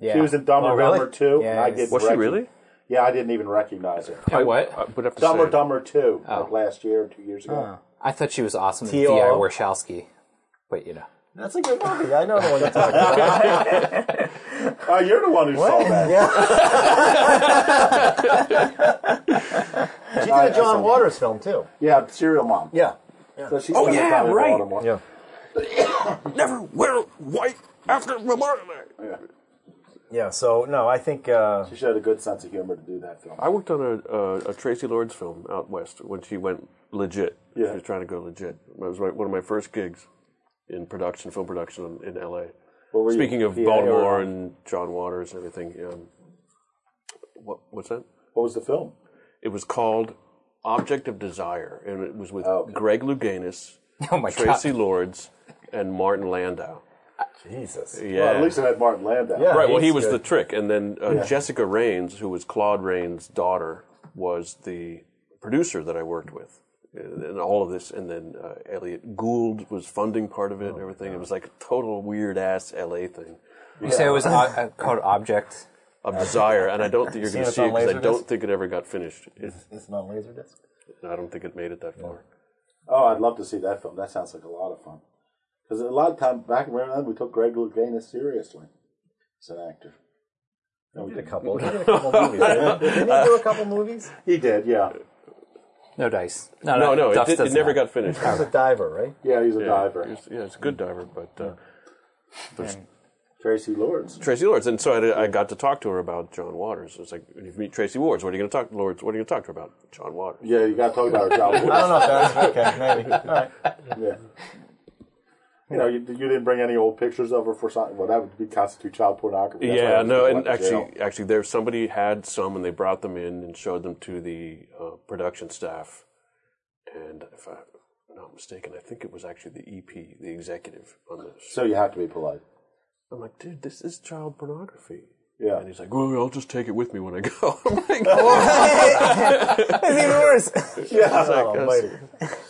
Speaker 2: Yeah.
Speaker 3: She was in Dumb
Speaker 6: Oh,
Speaker 3: or
Speaker 6: really?
Speaker 3: Dumber Two, and I
Speaker 2: Yes.
Speaker 3: didn't.
Speaker 8: Was she
Speaker 3: rec-
Speaker 8: really?
Speaker 3: Yeah, I didn't even recognize her.
Speaker 7: Yeah, what?
Speaker 8: I would have to
Speaker 3: Dumb
Speaker 8: say.
Speaker 3: or Dumber Two,
Speaker 6: Oh.
Speaker 3: like last year or two years ago.
Speaker 7: I thought she was awesome in
Speaker 6: T.O.
Speaker 7: D.I. Warshawski, but you know.
Speaker 6: That's a good movie. I know the one you're talking about.
Speaker 3: Oh, you're the one who saw that.
Speaker 6: She did a John Waters film too.
Speaker 3: Yeah, Serial Mom.
Speaker 6: Yeah.
Speaker 3: So she's
Speaker 8: Oh,
Speaker 3: done a
Speaker 8: yeah,
Speaker 3: Tommy
Speaker 8: right.
Speaker 3: Baltimore.
Speaker 6: Yeah.
Speaker 8: Never wear white after Memorial Day.
Speaker 6: Yeah. So no, I think uh,
Speaker 3: She showed a good sense of humor to do that film.
Speaker 8: I worked on a, a, a Tracy Lords film out west when she went legit.
Speaker 3: Yeah.
Speaker 8: She was trying to go legit. It was my, one of my first gigs in production, film production in, in L.A.
Speaker 3: Where were you?
Speaker 8: Speaking of
Speaker 3: PA or-
Speaker 8: Baltimore and John Waters and everything, um, what, what's that?
Speaker 3: what was the film?
Speaker 8: It was called Object of Desire, and it was with
Speaker 3: Oh.
Speaker 8: Greg Louganis,
Speaker 7: Oh my
Speaker 8: Tracy
Speaker 7: god.
Speaker 8: Lords, and Martin Landau.
Speaker 6: Jesus.
Speaker 8: Yeah.
Speaker 3: Well, at least it had Martin Landau.
Speaker 6: Yeah.
Speaker 8: right. Well, he
Speaker 6: he's
Speaker 8: was
Speaker 6: good.
Speaker 8: the trick, and then uh, Jessica Raines, who was Claude Rains' daughter, was the producer that I worked with. And and all of this, and then uh, Elliot Gould was funding part of it and everything. It was like a total weird ass LA thing
Speaker 7: You say it was o- uh, called Object.
Speaker 8: of desire, and I don't think you're going to
Speaker 6: Seen
Speaker 8: see it
Speaker 6: it on
Speaker 8: because I
Speaker 6: Laserdisc?
Speaker 8: don't think it ever got finished. It,
Speaker 6: It's not Laserdisc.
Speaker 8: I don't think it made it that far.
Speaker 3: Oh, I'd love to see that film. That sounds like a lot of fun. Because a lot of time back around then, we took Greg Louganis seriously as an actor.
Speaker 6: No, we did a couple. He did a couple movies. Uh, right? Didn't he do a couple movies?
Speaker 3: He did, yeah.
Speaker 7: No dice. No,
Speaker 8: No, no, it,
Speaker 7: Duff
Speaker 8: did, it
Speaker 7: does
Speaker 8: never
Speaker 7: not.
Speaker 8: got finished.
Speaker 6: He was a diver, right?
Speaker 3: Yeah, he's a
Speaker 8: Yeah,
Speaker 3: diver.
Speaker 8: it's- yeah, it's a good diver, but uh,
Speaker 3: Tracy Lords.
Speaker 8: Tracy Lords. And so I, I got to talk to her about John Waters. It's like, if you meet Tracy Lords, what are you going to talk Lords? What are you going to talk to her about? John Waters.
Speaker 3: Yeah, you got to talk about her job.
Speaker 6: I don't know if that was okay. Maybe. All right.
Speaker 3: Yeah. You know, you, you didn't bring any old pictures of her for something. Well, that would be constitute child pornography. That's why
Speaker 8: yeah,
Speaker 3: I was
Speaker 8: no,
Speaker 3: going
Speaker 8: and
Speaker 3: to
Speaker 8: actually,
Speaker 3: jail.
Speaker 8: actually, there somebody had some, and they brought them in and showed them to the uh, production staff. And if I'm not mistaken, I think it was actually the EP, the executive on this.
Speaker 3: So you have to be polite.
Speaker 8: I'm like, dude, this is child pornography.
Speaker 3: Yeah.
Speaker 8: And he's like, well, I'll just take it with me when I go. I'm like,
Speaker 2: It's even worse.
Speaker 6: Oh, wait.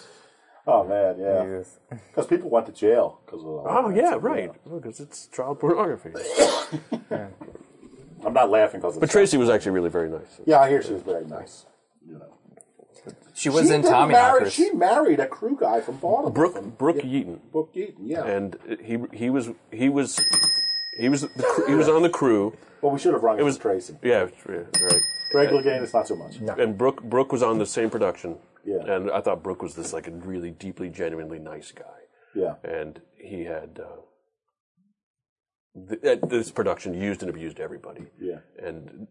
Speaker 3: Oh, man, yeah. Because people went to jail. Cause of all
Speaker 8: oh
Speaker 3: that.
Speaker 8: yeah, right, because it's child pornography.
Speaker 3: I'm not laughing because
Speaker 8: But Tracy was actually really very nice.
Speaker 3: Yeah, I hear she was very nice. You know.
Speaker 7: She was in
Speaker 3: didn't
Speaker 7: Tommy
Speaker 3: marry-
Speaker 7: Knockers.
Speaker 3: She married a crew guy from Baltimore. from,
Speaker 8: Brooke Brooke Yeaton,
Speaker 3: Brooke Eaton, yeah.
Speaker 8: and he he was he was he was the, cr- he was on the crew.
Speaker 3: well, we should have rung it
Speaker 8: was-
Speaker 3: was Tracy.
Speaker 8: Yeah, yeah, right.
Speaker 3: Greg Clegane is not so much. No.
Speaker 8: And Brooke Brooke was on the same production.
Speaker 3: Yeah.
Speaker 8: And I thought Brooke was this like a really deeply genuinely nice guy.
Speaker 3: Yeah.
Speaker 8: and he had uh, th- uh, this production used and abused everybody.
Speaker 3: Yeah.
Speaker 8: and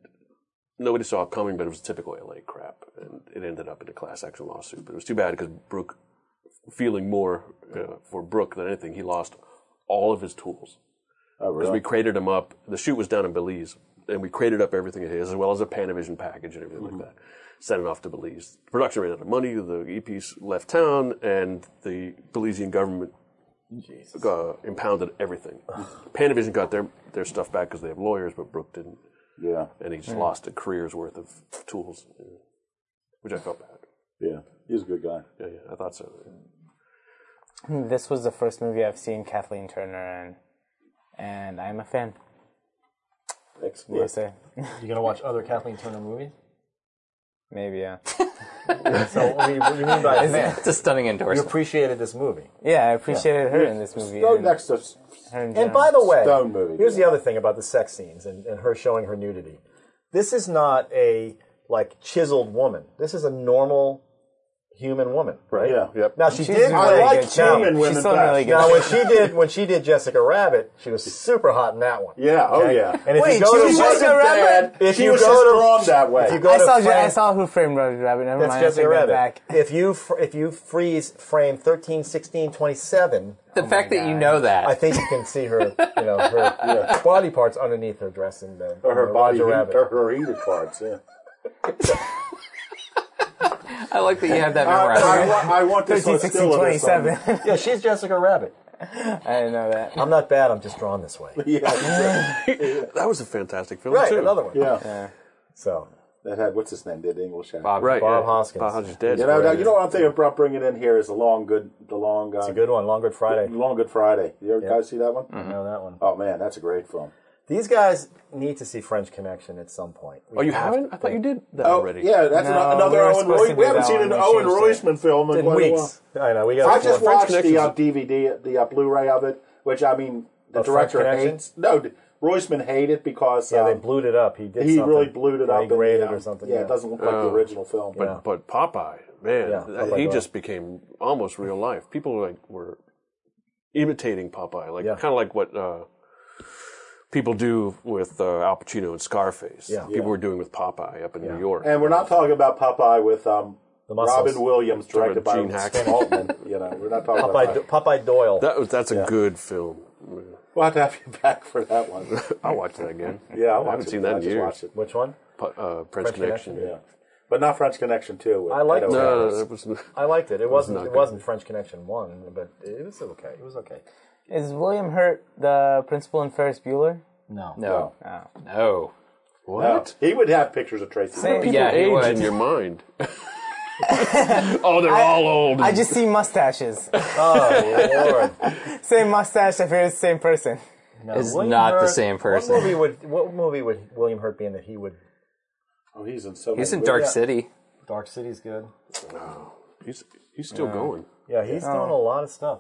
Speaker 8: nobody saw it coming, but it was typical LA crap, and it ended up in a class action lawsuit. But it was too bad because Brooke, feeling more uh, for Brooke than anything, he lost all of his tools
Speaker 3: Oh,
Speaker 8: because
Speaker 3: really?
Speaker 8: we crated him up. The shoot was down in Belize, and we crated up everything of his, as well as a Panavision package and everything
Speaker 6: Mm-hmm.
Speaker 8: like that. Sent it off to Belize. Production ran out of money. The EPs left town, and the Belizean government uh, impounded everything. Panavision got their their stuff back because they have lawyers, but Brooke didn't,
Speaker 3: yeah.
Speaker 8: and he just lost a career's worth of tools, which I felt bad.
Speaker 3: Yeah. He's a good guy.
Speaker 8: Yeah, yeah, I thought so.
Speaker 2: This was the first movie I've seen Kathleen Turner in, and I'm a fan.
Speaker 3: Excellent.
Speaker 2: You say?
Speaker 6: You gonna watch other Kathleen Turner movies?
Speaker 2: Maybe, yeah.
Speaker 6: So what do you, what do you mean by that?
Speaker 7: It's a stunning
Speaker 6: You
Speaker 7: endorsement.
Speaker 6: appreciated this movie.
Speaker 2: Yeah, I appreciated her in this movie.
Speaker 3: Go
Speaker 2: and
Speaker 3: next to
Speaker 2: her in
Speaker 6: And
Speaker 2: general.
Speaker 6: by the way,
Speaker 3: Stone movie,
Speaker 6: here's
Speaker 3: yeah.
Speaker 6: the other thing about the sex scenes and, and her showing her nudity. This is not a like chiseled woman. This is a normal human woman, right?
Speaker 3: Yeah. Yep.
Speaker 6: Now she
Speaker 2: She's
Speaker 6: did.
Speaker 2: in
Speaker 6: play-
Speaker 2: really
Speaker 3: like
Speaker 2: good shape.
Speaker 3: human women
Speaker 2: She's still in really
Speaker 3: best.
Speaker 2: good
Speaker 6: now
Speaker 2: shape.
Speaker 6: when she did when she did Jessica Rabbit, she was super hot in that one.
Speaker 3: Yeah. Oh, yeah.
Speaker 6: And if
Speaker 2: Wait,
Speaker 6: you go
Speaker 2: she
Speaker 6: to
Speaker 2: was
Speaker 6: Jessica
Speaker 2: Jessica
Speaker 6: Rabbit,
Speaker 2: Rabbit?
Speaker 6: if
Speaker 3: she
Speaker 6: you
Speaker 3: was
Speaker 6: go
Speaker 3: just
Speaker 6: to,
Speaker 3: drawn that way.
Speaker 6: if you go
Speaker 2: I
Speaker 6: to
Speaker 2: saw,
Speaker 6: Fran-
Speaker 2: I saw who framed Roger Rabbit. Never
Speaker 6: That's
Speaker 2: mind.
Speaker 6: Jessica
Speaker 2: I take that
Speaker 6: Rabbit.
Speaker 2: back.
Speaker 6: If you fr- if you freeze frame 13, 16, 27,
Speaker 7: the fact that you know that.
Speaker 6: I think you can see her, you know, her body parts underneath her dress in the
Speaker 3: Or her
Speaker 6: the
Speaker 3: body,
Speaker 6: Roger
Speaker 3: heat,
Speaker 6: Rabbit.
Speaker 3: or her heated parts, yeah.
Speaker 7: I like that you have that
Speaker 3: I,
Speaker 7: memorized.
Speaker 3: I, want, I want this
Speaker 2: 13,
Speaker 3: on
Speaker 2: 16,
Speaker 3: still of this on-
Speaker 2: 27. I
Speaker 6: Yeah, she's Jessica Rabbit.
Speaker 2: didn't know that.
Speaker 6: I'm not bad. I'm just drawn this way.
Speaker 3: Yeah,
Speaker 8: That was a fantastic film
Speaker 6: Right,
Speaker 8: too.
Speaker 6: another one.
Speaker 3: yeah.
Speaker 6: So
Speaker 3: That had what's his name? Did English had.
Speaker 7: Bob,
Speaker 8: Right,
Speaker 6: Bob
Speaker 8: yeah.
Speaker 6: Hoskins.
Speaker 8: Bob Hoskins dead.
Speaker 3: You know, now, you know what I'm thinking about bringing in here is the long good, the long. Uh,
Speaker 6: it's a good Mm-hmm. one. Long Good Friday.
Speaker 3: Long Good Friday. You ever guys see that one?
Speaker 6: I know that one.
Speaker 3: Oh man, that's a great film.
Speaker 6: These guys need to see French Connection at some point.
Speaker 8: Oh, you haven't? I thought you did that
Speaker 6: Oh,
Speaker 8: already.
Speaker 3: Oh, yeah, that's
Speaker 2: No,
Speaker 3: ano- another
Speaker 2: we were
Speaker 3: Owen.
Speaker 2: supposed to
Speaker 3: Roy-
Speaker 2: do
Speaker 3: we haven't
Speaker 2: that
Speaker 3: seen
Speaker 2: one.
Speaker 3: an
Speaker 2: We
Speaker 3: Owen
Speaker 2: changed
Speaker 3: Roisman film in,
Speaker 6: in
Speaker 3: quite a
Speaker 6: weeks.
Speaker 3: while.
Speaker 6: I know. We got.
Speaker 3: I just
Speaker 8: French
Speaker 3: watched the uh,
Speaker 8: Connection's-
Speaker 3: DVD, the uh, Blu-ray of it, which I mean, the
Speaker 6: Of French
Speaker 3: director
Speaker 6: Connection?
Speaker 3: hates. No, d- Roisman hated it because
Speaker 6: Yeah, they
Speaker 3: um,
Speaker 6: blewed it up. He did.
Speaker 3: he
Speaker 6: something.
Speaker 3: really blew it
Speaker 6: Yeah,
Speaker 3: up.
Speaker 6: He
Speaker 3: and,
Speaker 6: graded
Speaker 3: yeah,
Speaker 6: or something.
Speaker 3: Yeah, it doesn't look like the
Speaker 6: Oh.
Speaker 3: original film.
Speaker 8: But but Popeye, man,
Speaker 6: Yeah,
Speaker 8: that-
Speaker 6: Popeye
Speaker 8: he
Speaker 6: Doyle.
Speaker 8: just became almost real life. People like were imitating Popeye, like
Speaker 6: Yeah.
Speaker 8: kind of like what uh, people do with uh, Al Pacino and Scarface.
Speaker 6: Yeah.
Speaker 8: people were doing with Popeye up in New York.
Speaker 3: And we're not talking about Popeye with um,
Speaker 6: The muscles.
Speaker 3: Robin Williams, directed by
Speaker 8: Gene Hackman.
Speaker 3: Altman. you know, we're not talking
Speaker 6: Popeye,
Speaker 3: about
Speaker 6: Do-
Speaker 3: that.
Speaker 6: Popeye Doyle.
Speaker 8: that was that's a good film.
Speaker 3: We'll have to have you back for that one.
Speaker 8: I'll watch that again.
Speaker 3: Yeah, I,
Speaker 8: I haven't seen that
Speaker 3: I
Speaker 8: in
Speaker 3: just
Speaker 8: years.
Speaker 3: watched it.
Speaker 6: Which one?
Speaker 8: Po- uh, Prince Connection.
Speaker 3: Yeah, but not French Connection too.
Speaker 6: I like
Speaker 3: that.
Speaker 6: that.
Speaker 8: No, no, no, that was
Speaker 6: I liked it. It wasn't.
Speaker 8: not
Speaker 6: It
Speaker 8: good.
Speaker 6: wasn't French Connection one, but it was okay. It was okay.
Speaker 2: Is William Hurt the principal in Ferris Bueller?
Speaker 6: No.
Speaker 7: no. No.
Speaker 8: what?
Speaker 3: He would have pictures of Tracy. Ullman.
Speaker 7: Yeah, he
Speaker 8: Age
Speaker 7: would.
Speaker 8: in your mind. oh, they're all old.
Speaker 2: I just see mustaches.
Speaker 6: Oh Lord.
Speaker 2: same mustache. I feel it's the same person.
Speaker 6: No,
Speaker 7: It's
Speaker 6: William
Speaker 7: not the
Speaker 6: Hurt-
Speaker 7: same person.
Speaker 6: What movie would What movie would William Hurt be in that he would?
Speaker 3: Oh, he's in so.
Speaker 7: He's
Speaker 3: many
Speaker 7: in Dark
Speaker 3: movies.
Speaker 7: City.
Speaker 6: Dark City's good.
Speaker 8: he's he's still going.
Speaker 6: Yeah, he's doing a lot of stuff.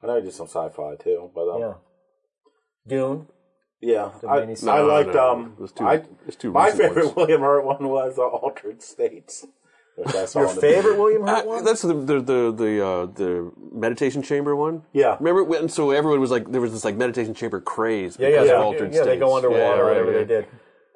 Speaker 3: I know he did some sci-fi too, but um,
Speaker 6: Yeah. Dune.
Speaker 3: yeah, I,
Speaker 6: mini-
Speaker 3: I
Speaker 8: No,
Speaker 3: liked
Speaker 8: no,
Speaker 3: um.
Speaker 8: it's too-
Speaker 3: I,
Speaker 8: it's too
Speaker 3: my
Speaker 8: recent
Speaker 3: favorite
Speaker 8: ones.
Speaker 3: William Hurt one was uh, Altered States. Which I saw
Speaker 6: Your
Speaker 3: on the
Speaker 6: favorite
Speaker 3: TV.
Speaker 6: William Hurt
Speaker 8: Uh,
Speaker 6: one?
Speaker 8: that's the the the the, uh, the meditation chamber one.
Speaker 3: Yeah.
Speaker 8: Remember when? So everyone was like, there was this like meditation chamber craze.
Speaker 6: Yeah, yeah,
Speaker 8: because of
Speaker 6: yeah.
Speaker 8: altered
Speaker 6: yeah, they
Speaker 8: states.
Speaker 6: go underwater
Speaker 8: Yeah,
Speaker 6: or
Speaker 8: right,
Speaker 6: whatever
Speaker 8: yeah.
Speaker 6: they did.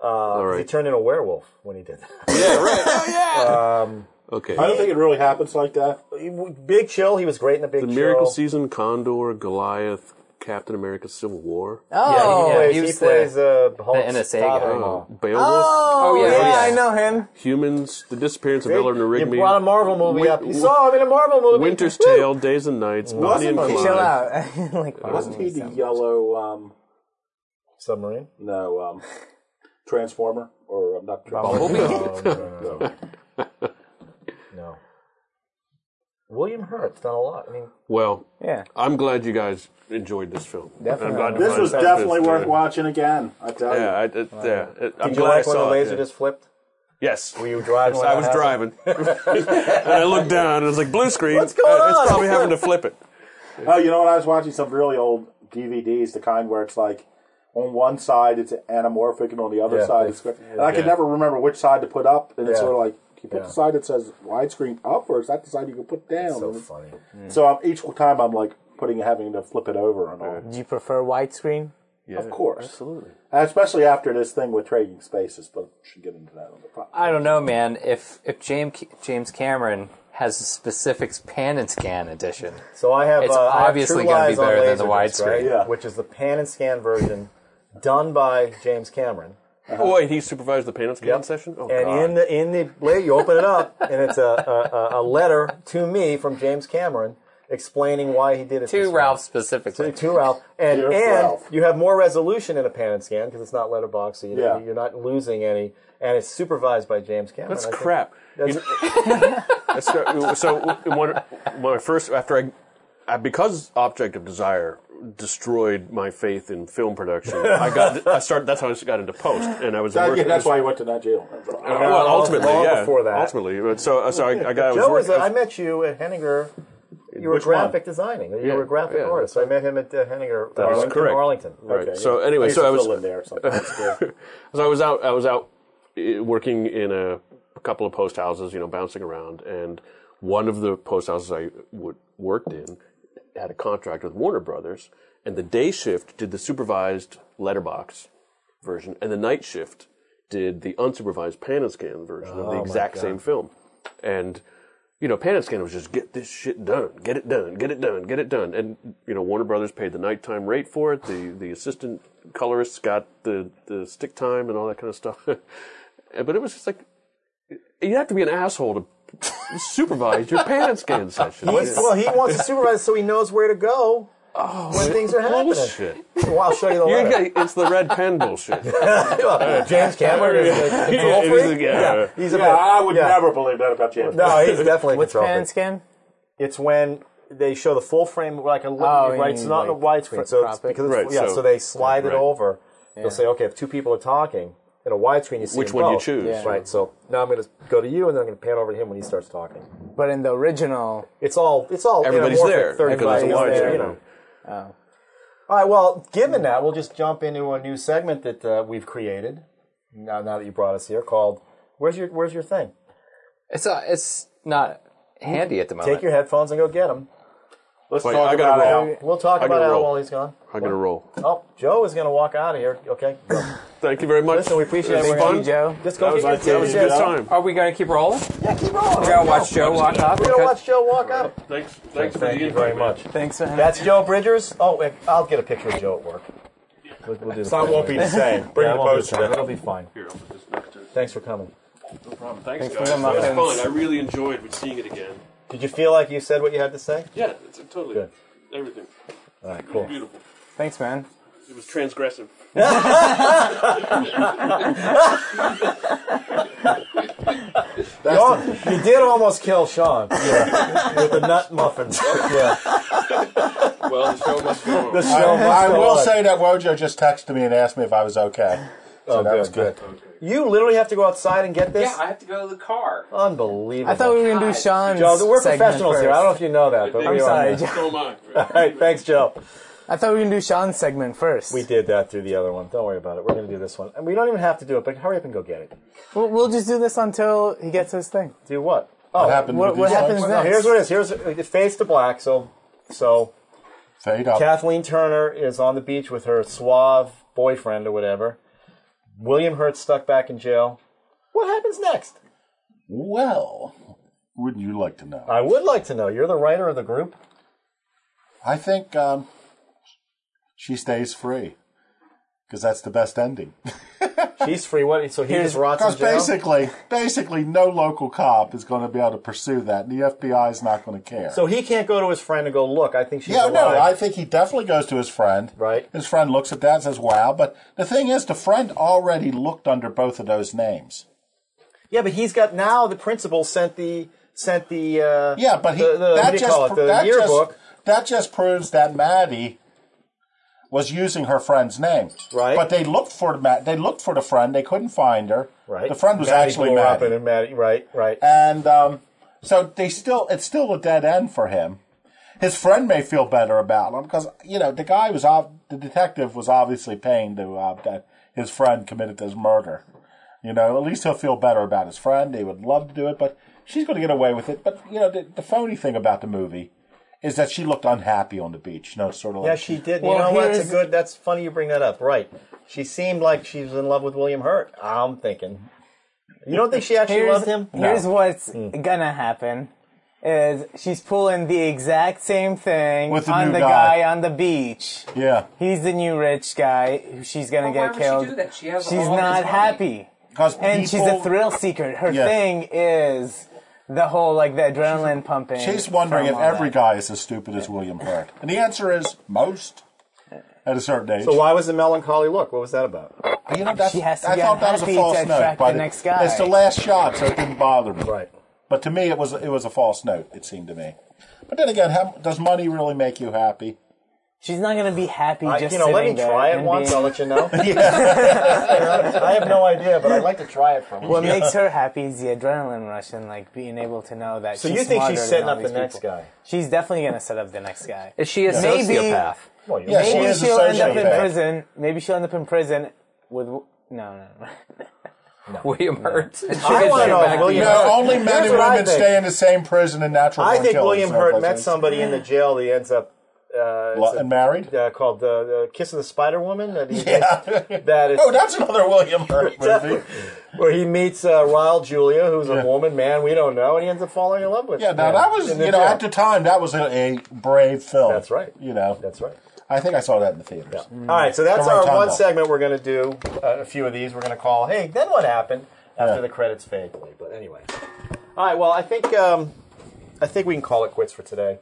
Speaker 6: Uh, 'cause He
Speaker 8: right.
Speaker 6: turned into a werewolf when he did that.
Speaker 8: Yeah, right. Oh,
Speaker 6: Um,
Speaker 8: okay.
Speaker 3: I don't think it really happens like that.
Speaker 6: He w- Big Chill, he was great in the Big
Speaker 8: the
Speaker 6: Chill.
Speaker 8: Miracle Season, Condor, Goliath, Captain America, Civil War,
Speaker 6: Yeah,
Speaker 2: Oh,
Speaker 6: he
Speaker 7: yeah,
Speaker 6: plays,
Speaker 7: he
Speaker 6: he
Speaker 7: was the-
Speaker 6: plays uh, Hulk's
Speaker 7: NSA
Speaker 6: father.
Speaker 7: guy.
Speaker 8: uh, Beowulf,
Speaker 2: oh,
Speaker 7: Oh, yeah,
Speaker 2: yeah,
Speaker 7: oh, yeah.
Speaker 2: I know him.
Speaker 8: Humans, The Disappearance of Eleanor
Speaker 6: You
Speaker 8: Rigby,
Speaker 6: brought a Marvel movie
Speaker 8: Win-
Speaker 6: up. You saw him in a Marvel movie.
Speaker 8: Winter's
Speaker 6: Woo!
Speaker 8: Tale, Days and Nights, Bonnie and
Speaker 3: Wasn't he-
Speaker 8: Clyde.
Speaker 2: Chill out. I like
Speaker 3: Wasn't he the yellow? Um,
Speaker 6: Submarine.
Speaker 3: no, um, Transformer or um, not Transformer?
Speaker 6: Bumblebee. No, no, no, no. No. William Hurt's done a lot. I mean,
Speaker 8: Well,
Speaker 2: Yeah.
Speaker 8: I'm glad you guys enjoyed this film. I'm
Speaker 2: Definitely.
Speaker 8: glad to
Speaker 3: This
Speaker 8: find
Speaker 3: was
Speaker 8: out
Speaker 3: definitely worth
Speaker 8: uh,
Speaker 3: watching again. I tell
Speaker 8: Yeah,
Speaker 3: you.
Speaker 8: I, it- yeah. it- I'm
Speaker 6: did you
Speaker 8: glad I
Speaker 6: like when
Speaker 8: saw
Speaker 6: the
Speaker 8: it,
Speaker 6: laser
Speaker 8: yeah.
Speaker 6: just flipped?
Speaker 8: Yes.
Speaker 6: Were you driving? when
Speaker 8: I
Speaker 6: that
Speaker 8: was
Speaker 6: happened?
Speaker 8: driving. and I looked down and it was like blue screen.
Speaker 6: What's going
Speaker 8: Uh,
Speaker 6: on?
Speaker 8: It's probably having to flip it.
Speaker 3: Oh, you know what? I was watching some really old DVDs, the kind where it's like on one side it's anamorphic and on the other
Speaker 6: Yeah,
Speaker 3: side
Speaker 6: they-
Speaker 3: it's. And I could
Speaker 8: yeah.
Speaker 3: never remember which side to put up, and it's
Speaker 6: Yeah.
Speaker 3: sort of like, do you put
Speaker 6: Yeah.
Speaker 3: the side that says widescreen up, or is that the side you can put down?
Speaker 6: So
Speaker 3: And it's-
Speaker 6: funny.
Speaker 3: so I'm, each time I'm like putting having to flip it over and all.
Speaker 2: Do you prefer widescreen?
Speaker 3: of course, absolutely, especially after this thing with trading spaces. But we should get into that on the podcast.
Speaker 7: I don't know, man. If if James James Cameron has a specifics pan and scan edition,
Speaker 6: So I have.
Speaker 7: It's
Speaker 6: uh, I have
Speaker 7: obviously
Speaker 6: True
Speaker 7: gonna be
Speaker 6: Lies on
Speaker 7: better than the
Speaker 6: Laserdisc,
Speaker 7: widescreen.
Speaker 6: right?
Speaker 3: Yeah.
Speaker 6: which is the pan and scan version, done by James Cameron.
Speaker 8: Oh, wait, he supervised the panel scan session? Oh,
Speaker 6: and
Speaker 8: God.
Speaker 6: in the in the later, you open it up, and it's a, a a- a letter to me from James Cameron explaining why he did it. this
Speaker 7: to
Speaker 6: way.
Speaker 7: Ralph specifically.
Speaker 6: To Ralph, and
Speaker 3: Dear
Speaker 6: and
Speaker 3: Ralph.
Speaker 6: you have more resolution in a pan and scan because it's not letterbox, so you
Speaker 3: Yeah.
Speaker 6: you're not losing any, and it's supervised by James Cameron.
Speaker 8: That's
Speaker 6: I think-
Speaker 8: crap.
Speaker 6: That's-
Speaker 8: That's cra- so when, when I first, after I, I, because Object of Desire destroyed my faith in film production, I got, I started, that's how I got into post. And I was
Speaker 3: That- yeah,
Speaker 8: working-
Speaker 3: that's why you went to that jail.
Speaker 8: well, ultimately,
Speaker 6: long
Speaker 8: yeah.
Speaker 6: before that.
Speaker 8: Ultimately. But So, so I, I got, I was
Speaker 6: Joe was.
Speaker 8: working,
Speaker 6: a- I met you at Henninger. You were
Speaker 8: Which one?
Speaker 6: graphic designing. You
Speaker 8: Yeah,
Speaker 6: were a graphic
Speaker 8: yeah,
Speaker 6: artist. So I met him at uh, Henninger.
Speaker 8: is
Speaker 6: Arlington,
Speaker 8: correct.
Speaker 6: Arlington.
Speaker 8: Right.
Speaker 3: Okay,
Speaker 8: so
Speaker 3: yeah.
Speaker 8: anyway,
Speaker 3: used
Speaker 8: so
Speaker 3: to
Speaker 8: I was
Speaker 3: fill in there sometimes. too.
Speaker 8: so I was out. I was out eh, working in a couple of post houses, you know, bouncing around, and one of the post houses I would, worked in had a contract with Warner Brothers, and the day shift did the supervised letterbox version, and the night shift did the unsupervised pan and scan version of the exact same film, and you know, Pan and Scan was just get this shit done, get it done, get it done, get it done. And you know, Warner Brothers paid the nighttime rate for it. The the assistant colorists got the the stick time and all that kind of stuff. but it was just like you have to be an asshole to supervise your Pan and Scan session.
Speaker 6: He's, well, he wants to supervise so he knows where to go when things are happening.
Speaker 8: Oh, bullshit.
Speaker 6: Well, I'll show you the
Speaker 8: You
Speaker 6: letter.
Speaker 8: get- it's the red pen bullshit.
Speaker 6: Well, James Cameron is a control
Speaker 8: It is,
Speaker 6: freak.
Speaker 8: yeah.
Speaker 6: He's a
Speaker 3: yeah, I would
Speaker 6: yeah.
Speaker 3: never believe that about James.
Speaker 6: No, he's definitely a
Speaker 2: What's
Speaker 6: control
Speaker 2: pan
Speaker 6: freak.
Speaker 2: and scan?
Speaker 6: It's when they show the full frame, like a little,
Speaker 2: Oh,
Speaker 6: right?
Speaker 2: you
Speaker 6: It's
Speaker 2: mean
Speaker 6: not a
Speaker 2: like
Speaker 6: wide screen, so it's
Speaker 2: crop it?
Speaker 6: because it's,
Speaker 8: Right,
Speaker 6: yeah. So,
Speaker 8: so-
Speaker 6: they slide it
Speaker 8: right.
Speaker 6: over. They'll say, okay, if two people are talking in a widescreen, you see
Speaker 8: Which
Speaker 6: them
Speaker 8: one you
Speaker 6: both.
Speaker 8: choose. Yeah.
Speaker 6: right? So now I'm going to go to you, and then I'm going to pan over to him when he starts talking.
Speaker 2: But in the original,
Speaker 6: It's all it's all
Speaker 8: Everybody's
Speaker 6: anamorphic,
Speaker 8: there,
Speaker 6: Thirty
Speaker 8: because
Speaker 2: it's a
Speaker 6: bucks,
Speaker 2: widescreen.
Speaker 6: you know. All right. Well, given that, we'll just jump into a new segment that uh, we've created now. Now that you brought us here, called "Where's Your Where's Your Thing?"
Speaker 7: It's uh, it's not handy at the moment.
Speaker 6: Take your headphones and go get them.
Speaker 3: Let's
Speaker 8: Wait,
Speaker 3: talk
Speaker 8: I gotta
Speaker 3: about
Speaker 8: roll.
Speaker 3: Al.
Speaker 6: We'll talk
Speaker 8: I
Speaker 6: about
Speaker 8: gotta
Speaker 6: Al
Speaker 8: roll.
Speaker 6: while he's gone.
Speaker 8: I'm gonna roll.
Speaker 6: Oh, Joe is going to walk out of here. Okay. Go.
Speaker 8: Thank you very much.
Speaker 6: Listen, we appreciate
Speaker 8: It was
Speaker 6: it.
Speaker 8: fun.
Speaker 2: Hey, Joe.
Speaker 6: Just go
Speaker 3: was
Speaker 6: get
Speaker 3: like
Speaker 6: your
Speaker 8: That was a
Speaker 6: tickets.
Speaker 8: good time.
Speaker 7: Are we gonna keep rolling?
Speaker 6: Yeah, keep rolling.
Speaker 7: We're gonna watch Joe walk off.
Speaker 6: We're going to watch Joe walk out.
Speaker 8: Thanks. Thanks for
Speaker 6: Thank
Speaker 8: the
Speaker 6: you very
Speaker 8: invite, man.
Speaker 6: much.
Speaker 2: thanks for having
Speaker 6: That's Joe Bridgers. Oh, wait, I'll get a picture of Joe at work. We'll, we'll do the
Speaker 3: That
Speaker 6: thing later.
Speaker 3: won't be the same. Bring
Speaker 6: Yeah, it
Speaker 3: the
Speaker 6: won't be
Speaker 3: boats
Speaker 6: the same. It'll be fine.
Speaker 8: Here, I'll put this next to it.
Speaker 6: Thanks for coming.
Speaker 8: No problem. Thanks,
Speaker 2: for
Speaker 8: guys.
Speaker 2: the
Speaker 8: It was
Speaker 2: muffins.
Speaker 8: fun. I really enjoyed seeing it again.
Speaker 6: Did you feel like you said what you had to say?
Speaker 8: Yeah, it's a totally
Speaker 6: Good.
Speaker 8: everything.
Speaker 6: All right, cool.
Speaker 8: Beautiful.
Speaker 2: Thanks, man.
Speaker 8: It was transgressive.
Speaker 6: Oh, you did almost kill Sean yeah. with the nut muffins. Yeah.
Speaker 8: Well, the show must go on.
Speaker 3: I, I
Speaker 6: So
Speaker 3: will
Speaker 6: what?
Speaker 3: say that Wojo just texted me and asked me if I was okay. So
Speaker 6: Oh,
Speaker 3: that
Speaker 6: good,
Speaker 3: was good.
Speaker 6: You literally have to go outside and get this.
Speaker 7: Yeah, I have to go to the car.
Speaker 6: Unbelievable.
Speaker 2: I thought we were gonna do
Speaker 7: God.
Speaker 2: Sean's.
Speaker 6: Joe, we're
Speaker 2: segment
Speaker 6: professionals here. I don't know
Speaker 2: first.
Speaker 6: if you know that, but
Speaker 8: I'm
Speaker 6: we are.
Speaker 2: sorry,
Speaker 6: All
Speaker 2: Joe.
Speaker 8: So am I.
Speaker 6: right, thanks, Joe.
Speaker 2: I thought we were gonna do Sean's segment first.
Speaker 6: We did that through the other one. Don't worry about it. We're going to do this one, and we don't even have to do it. But hurry up and go get it.
Speaker 2: We'll, we'll just do this until he gets his thing.
Speaker 6: Do what? Oh,
Speaker 3: What happened?
Speaker 2: What-
Speaker 3: with
Speaker 2: what
Speaker 3: these
Speaker 2: happens
Speaker 3: folks?
Speaker 6: no,
Speaker 2: next?
Speaker 6: here's what it is. Here's it fades to black. So, so
Speaker 3: Fade up.
Speaker 6: Kathleen Turner is on the beach with her suave boyfriend or whatever. William Hurt's stuck back in jail. What happens next?
Speaker 3: Well, wouldn't you like to know?
Speaker 6: I would like to know. You're the writer of the group.
Speaker 3: I think um, she stays free because that's the best ending.
Speaker 6: She's free. What? So he just rots
Speaker 3: Because
Speaker 6: in jail.
Speaker 3: basically, basically, no local cop is going to be able to pursue that, and the FBI is not going to care.
Speaker 6: so he can't go to his friend and go, "Look, I think she's
Speaker 3: yeah,
Speaker 6: alive."
Speaker 3: no, I think he definitely goes to his friend.
Speaker 6: Right.
Speaker 3: His friend looks at that and says, "Wow!" But the thing is, the friend already looked under both of those names.
Speaker 6: Yeah, but he's got now the principal sent the sent the uh,
Speaker 3: Yeah, but he,
Speaker 6: the, the,
Speaker 3: that
Speaker 6: what do you
Speaker 3: just
Speaker 6: call it
Speaker 3: pr-
Speaker 6: the
Speaker 3: that
Speaker 6: yearbook.
Speaker 3: Just, that just proves that Maddie was using her friend's name.
Speaker 6: Right.
Speaker 3: But they looked for Ma- they looked for the friend. They couldn't find her.
Speaker 6: Right.
Speaker 3: The friend was
Speaker 6: Maddie
Speaker 3: actually
Speaker 6: blew up
Speaker 3: Maddie.
Speaker 6: and Maddie- Right, right.
Speaker 3: And um, so they still, it's still a dead end for him. His friend may feel better about him because you know the guy was ob- the detective was obviously paying to uh, that his friend committed this murder. You know, at least he'll feel better about his friend. He would love to do it, but she's going to get away with it. But you know, the, the phony thing about the movie is that she looked unhappy on the beach. You know, sort of
Speaker 6: Yeah,
Speaker 3: like
Speaker 6: she did.
Speaker 2: Well,
Speaker 6: you know what? It's a
Speaker 2: here's-
Speaker 6: good. That's funny you bring that up. Right. She seemed like she was in love with William Hurt. I'm thinking. You don't think she actually loved him?
Speaker 2: Here's what's gonna happen: is she's pulling the exact same thing
Speaker 3: With the
Speaker 2: on
Speaker 3: new
Speaker 2: the
Speaker 3: guy.
Speaker 2: guy. on the beach.
Speaker 3: yeah,
Speaker 2: He's the new rich guy. who She's gonna
Speaker 7: But why
Speaker 2: get
Speaker 7: would she
Speaker 2: killed.
Speaker 7: do that? She has
Speaker 2: she's
Speaker 7: all this
Speaker 2: not
Speaker 7: money.
Speaker 2: happy,
Speaker 3: because
Speaker 2: and she's a thrill seeker. Her
Speaker 3: Yeah.
Speaker 2: thing is the whole like the adrenaline pumping.
Speaker 3: She's wondering
Speaker 2: from
Speaker 3: if
Speaker 2: all
Speaker 3: every
Speaker 2: that.
Speaker 3: guy is as stupid as William Hurt, and the answer is most. At a certain age.
Speaker 6: So why was the melancholy look? What was that about?
Speaker 3: You know, that's,
Speaker 2: She has to
Speaker 3: I
Speaker 2: be
Speaker 3: thought that was a
Speaker 2: unhappy
Speaker 3: false
Speaker 2: to
Speaker 3: note.
Speaker 2: attract
Speaker 3: But
Speaker 2: the
Speaker 3: it-
Speaker 2: next guy.
Speaker 3: It's the last shot, so it didn't bother me.
Speaker 6: Right.
Speaker 3: But to me, it was it was a false note. It seemed to me. But then again, how, does money really make you happy?
Speaker 2: She's not gonna be happy
Speaker 6: I,
Speaker 2: just
Speaker 6: you know, let me
Speaker 2: sitting there
Speaker 6: try it
Speaker 2: and
Speaker 6: once.
Speaker 2: being-
Speaker 6: I'll let you know. I have no idea, but I'd like to try it for once.
Speaker 2: What makes her happy is the adrenaline rush and like being able to know that.
Speaker 6: So
Speaker 2: she's
Speaker 6: you think
Speaker 2: smarter
Speaker 6: she's
Speaker 2: than
Speaker 6: setting
Speaker 2: all
Speaker 6: up the
Speaker 2: these
Speaker 6: next
Speaker 2: people.
Speaker 6: guy?
Speaker 2: She's definitely gonna set up the next guy.
Speaker 7: Is she a
Speaker 2: Maybe-
Speaker 7: sociopath?
Speaker 6: Well, you
Speaker 3: Yes, she
Speaker 2: Maybe
Speaker 3: is a
Speaker 2: she'll end up in
Speaker 3: sociopath.
Speaker 2: prison. Maybe she'll end up in prison with no, no. no.
Speaker 7: William Hurt. She
Speaker 6: I
Speaker 7: gets
Speaker 6: wanna
Speaker 7: sent
Speaker 6: know if
Speaker 7: back to
Speaker 6: William
Speaker 7: you.
Speaker 6: Hurt-
Speaker 3: No, only men
Speaker 6: Here's
Speaker 3: and
Speaker 6: what I
Speaker 3: women
Speaker 6: think.
Speaker 3: stay in the same prison and natural.
Speaker 6: I
Speaker 3: born
Speaker 6: think
Speaker 3: killers,
Speaker 6: William
Speaker 3: so
Speaker 6: Hurt
Speaker 3: that's
Speaker 6: met
Speaker 3: it.
Speaker 6: somebody in the jail. That he ends up uh,
Speaker 3: Lo-
Speaker 6: it's a-
Speaker 3: and married.
Speaker 6: uh, called the, the Kiss of the Spider Woman. That he,
Speaker 3: Yeah.
Speaker 6: that is
Speaker 3: oh, that's another William Hurt movie.
Speaker 6: where he meets uh, Ryle Julia, who's
Speaker 3: Yeah.
Speaker 6: a woman, man, we don't know, and he ends up falling in love with.
Speaker 3: Yeah, now
Speaker 6: her.
Speaker 3: that was
Speaker 6: In the
Speaker 3: you know
Speaker 6: jail.
Speaker 3: at the time that was a, a brave film.
Speaker 6: That's right.
Speaker 3: You know,
Speaker 6: That's right.
Speaker 3: I think I saw that in the theaters.
Speaker 6: All right, so that's
Speaker 3: The right
Speaker 6: our
Speaker 3: time,
Speaker 6: one
Speaker 3: though.
Speaker 6: segment we're going to do. Uh, a few of these we're going to call. Hey, then what happened after
Speaker 3: Yeah.
Speaker 6: the credits fade? But anyway, all right. Well, I think um, I think we can call it quits for today.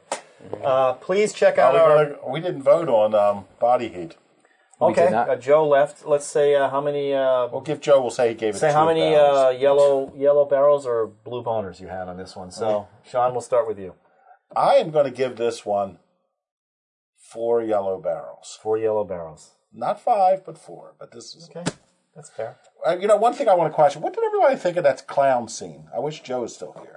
Speaker 6: Uh, please check
Speaker 3: Are
Speaker 6: out
Speaker 3: Mm-hmm. Oh, we,
Speaker 6: our.
Speaker 3: gonna, we didn't vote on um, body heat.
Speaker 6: okay,
Speaker 7: did not.
Speaker 6: uh, Joe left. Let's say uh, how many. Uh,
Speaker 3: We'll give Joe. We'll say he gave it.
Speaker 6: Say how
Speaker 3: two
Speaker 6: many
Speaker 3: barrels.
Speaker 6: uh, yellow yellow barrels or blue boners you had on this one. So,
Speaker 3: Mm-hmm.
Speaker 6: Sean, we'll start with you.
Speaker 3: I am going to give this one four yellow barrels.
Speaker 6: Four yellow barrels.
Speaker 3: Not five, but four. But this is
Speaker 6: Okay, that's fair.
Speaker 3: Uh, you know one thing I want to question. What did everybody think of that clown scene? I wish Joe was still here.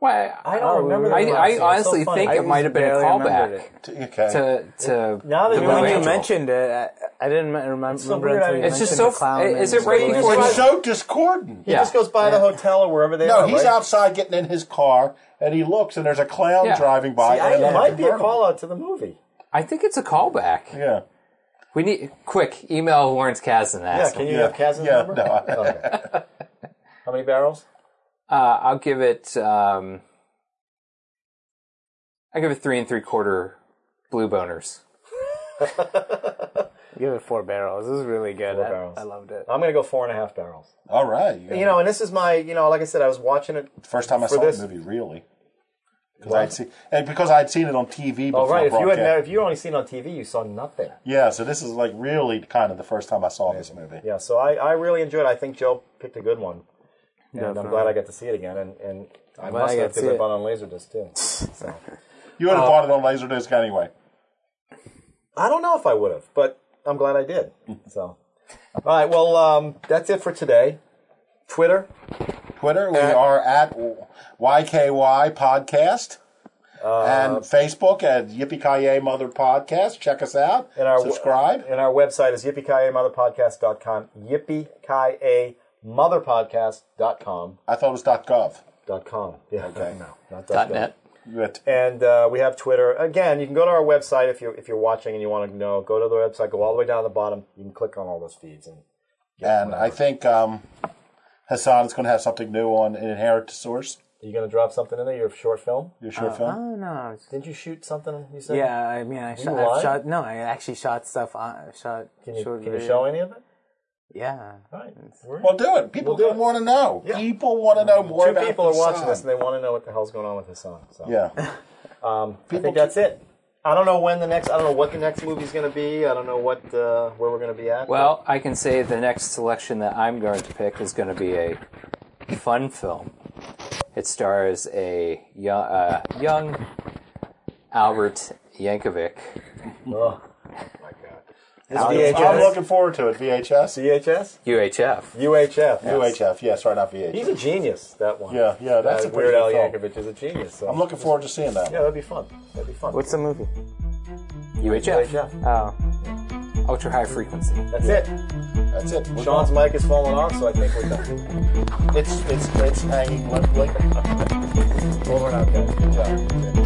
Speaker 7: Why-
Speaker 6: I don't remember.
Speaker 7: Oh, I,
Speaker 6: the
Speaker 7: I
Speaker 6: last one. It's so
Speaker 7: honestly
Speaker 6: funny.
Speaker 7: think
Speaker 6: I
Speaker 7: it might have been a
Speaker 2: barely remembered
Speaker 7: callback
Speaker 2: it.
Speaker 3: T- Okay.
Speaker 7: to to
Speaker 6: Now that
Speaker 7: the
Speaker 6: you-
Speaker 2: When you
Speaker 7: Michelangelo.
Speaker 2: mentioned it, I, I didn't me- remem-
Speaker 6: so
Speaker 2: remember
Speaker 6: weird, I
Speaker 2: until you
Speaker 6: didn't-
Speaker 7: It's
Speaker 2: mentioned
Speaker 7: just so
Speaker 2: the
Speaker 7: f-
Speaker 2: clown.
Speaker 7: is
Speaker 2: and
Speaker 7: it right
Speaker 2: the
Speaker 7: before
Speaker 2: Michelangelo.
Speaker 3: it's so discordant.
Speaker 7: Yeah.
Speaker 6: just goes by the hotel or wherever they
Speaker 3: No,
Speaker 6: are.
Speaker 3: he's
Speaker 6: right?
Speaker 3: outside getting in his car, and he looks, and there's a clown
Speaker 7: Yeah.
Speaker 3: driving by.
Speaker 6: See,
Speaker 3: and
Speaker 6: I, it
Speaker 3: another
Speaker 6: might be a
Speaker 3: convertible.
Speaker 6: call out to the movie.
Speaker 7: I think it's a callback.
Speaker 3: Yeah.
Speaker 7: We need quick email Lawrence Kasdan. and
Speaker 6: Yeah,
Speaker 7: ask
Speaker 6: can
Speaker 7: him.
Speaker 6: you
Speaker 3: Yeah.
Speaker 6: have Kaz's
Speaker 3: Yeah,
Speaker 6: number?
Speaker 3: no, I-
Speaker 6: Okay. How many barrels?
Speaker 7: Uh, I'll give it. Um, I give it three and three quarter blue boners.
Speaker 2: Give it four barrels. This is really good.
Speaker 6: Four
Speaker 2: I,
Speaker 6: barrels.
Speaker 2: I loved it.
Speaker 6: I'm going to go four and a half barrels.
Speaker 3: All right. You,
Speaker 6: You know, and this is my, you know, like I said, I was watching it.
Speaker 3: first time I
Speaker 6: for
Speaker 3: saw
Speaker 6: this-
Speaker 3: the movie, really. Because I'd see, and because I'd seen it on TV before.
Speaker 6: Oh, right. If you had
Speaker 3: broadcast.
Speaker 6: never, if you only seen it on TV, you saw nothing.
Speaker 3: Yeah, so this is like really kind of the first time I saw this movie.
Speaker 6: Yeah, so I, I really enjoyed it. I think Joe picked a good one. And I'm glad I got to see it again. And, and I
Speaker 2: glad
Speaker 6: must
Speaker 2: I got
Speaker 6: have
Speaker 2: to
Speaker 6: because
Speaker 2: see
Speaker 6: I
Speaker 2: it.
Speaker 6: bought it on Laserdisc, too. So.
Speaker 3: You
Speaker 6: Uh,
Speaker 3: would have bought it on Laserdisc anyway.
Speaker 6: I don't know if I would have, but I'm glad I did. So, all right. Well, um, that's it for today. Twitter.
Speaker 3: Twitter, we are at YKY Podcast.
Speaker 6: Uh,
Speaker 3: and Facebook at Yippee Ki Mother Podcast. Check us out.
Speaker 6: And our-
Speaker 3: Subscribe.
Speaker 6: And our website is yippee yippee motherpodcast.com.
Speaker 3: I thought it was .gov.
Speaker 6: Dot com. Yeah.
Speaker 3: Okay.
Speaker 6: No, not
Speaker 7: Dot
Speaker 6: gov.
Speaker 7: net.
Speaker 3: But
Speaker 6: And uh, we have Twitter. Again, you can go to our website if you're if you're watching and you want to know. Go to the website. Go all the way down to the bottom. You can click on all those feeds. And
Speaker 3: and I think um, Hassan is going to have something new on Inherit Source,
Speaker 6: are you going to drop something in there? Your short film?
Speaker 3: your short
Speaker 6: Uh-huh.
Speaker 3: film.
Speaker 2: Oh no! I was-
Speaker 6: Didn't you shoot something? You said.
Speaker 2: Yeah, I mean, I shot,
Speaker 6: lied?
Speaker 2: I've shot. No, I actually shot stuff. On, I shot.
Speaker 6: Can you,
Speaker 2: short
Speaker 6: can you
Speaker 2: video.
Speaker 6: show any of it?
Speaker 2: Yeah.
Speaker 6: All right.
Speaker 3: Well, do it. People
Speaker 6: We'll do it.
Speaker 3: want to know.
Speaker 6: Yeah.
Speaker 3: People want to know more
Speaker 6: Two
Speaker 3: about
Speaker 6: people are watching
Speaker 3: Hassan.
Speaker 6: this and they want to know what the hell's going on with this song. So
Speaker 3: Yeah.
Speaker 6: Um, I think that's it. I don't know when the next. I don't know what the next movie's going to be. I don't know what uh, where we're going to be at.
Speaker 7: Well, I can say the next selection that I'm going to pick is going to be a fun film. It stars a young, uh, young Albert Yankovic.
Speaker 6: oh my god. VHS.
Speaker 3: I'm looking forward to it. VHS,
Speaker 6: CHS?
Speaker 7: UHF.
Speaker 6: UHF. yes.
Speaker 3: UHF. Yeah, sorry, not VHS.
Speaker 6: He's a genius, that one.
Speaker 3: Yeah, yeah, that's
Speaker 6: uh,
Speaker 3: a pretty
Speaker 6: Weird
Speaker 3: good
Speaker 6: Al
Speaker 3: film.
Speaker 6: Yankovic is a genius. So.
Speaker 3: I'm looking forward to seeing that.
Speaker 6: Yeah, that'd be fun. That'd be fun.
Speaker 2: What's the movie?
Speaker 7: UHF.
Speaker 6: UHF.
Speaker 3: Uh,
Speaker 2: Oh,
Speaker 7: Ultra high frequency.
Speaker 6: That's it.
Speaker 3: That's it. We're
Speaker 6: Sean's
Speaker 3: done.
Speaker 6: mic is falling off, so I think we're done.
Speaker 3: It's it's it's hanging limply.
Speaker 6: Over and out, guys. Good job.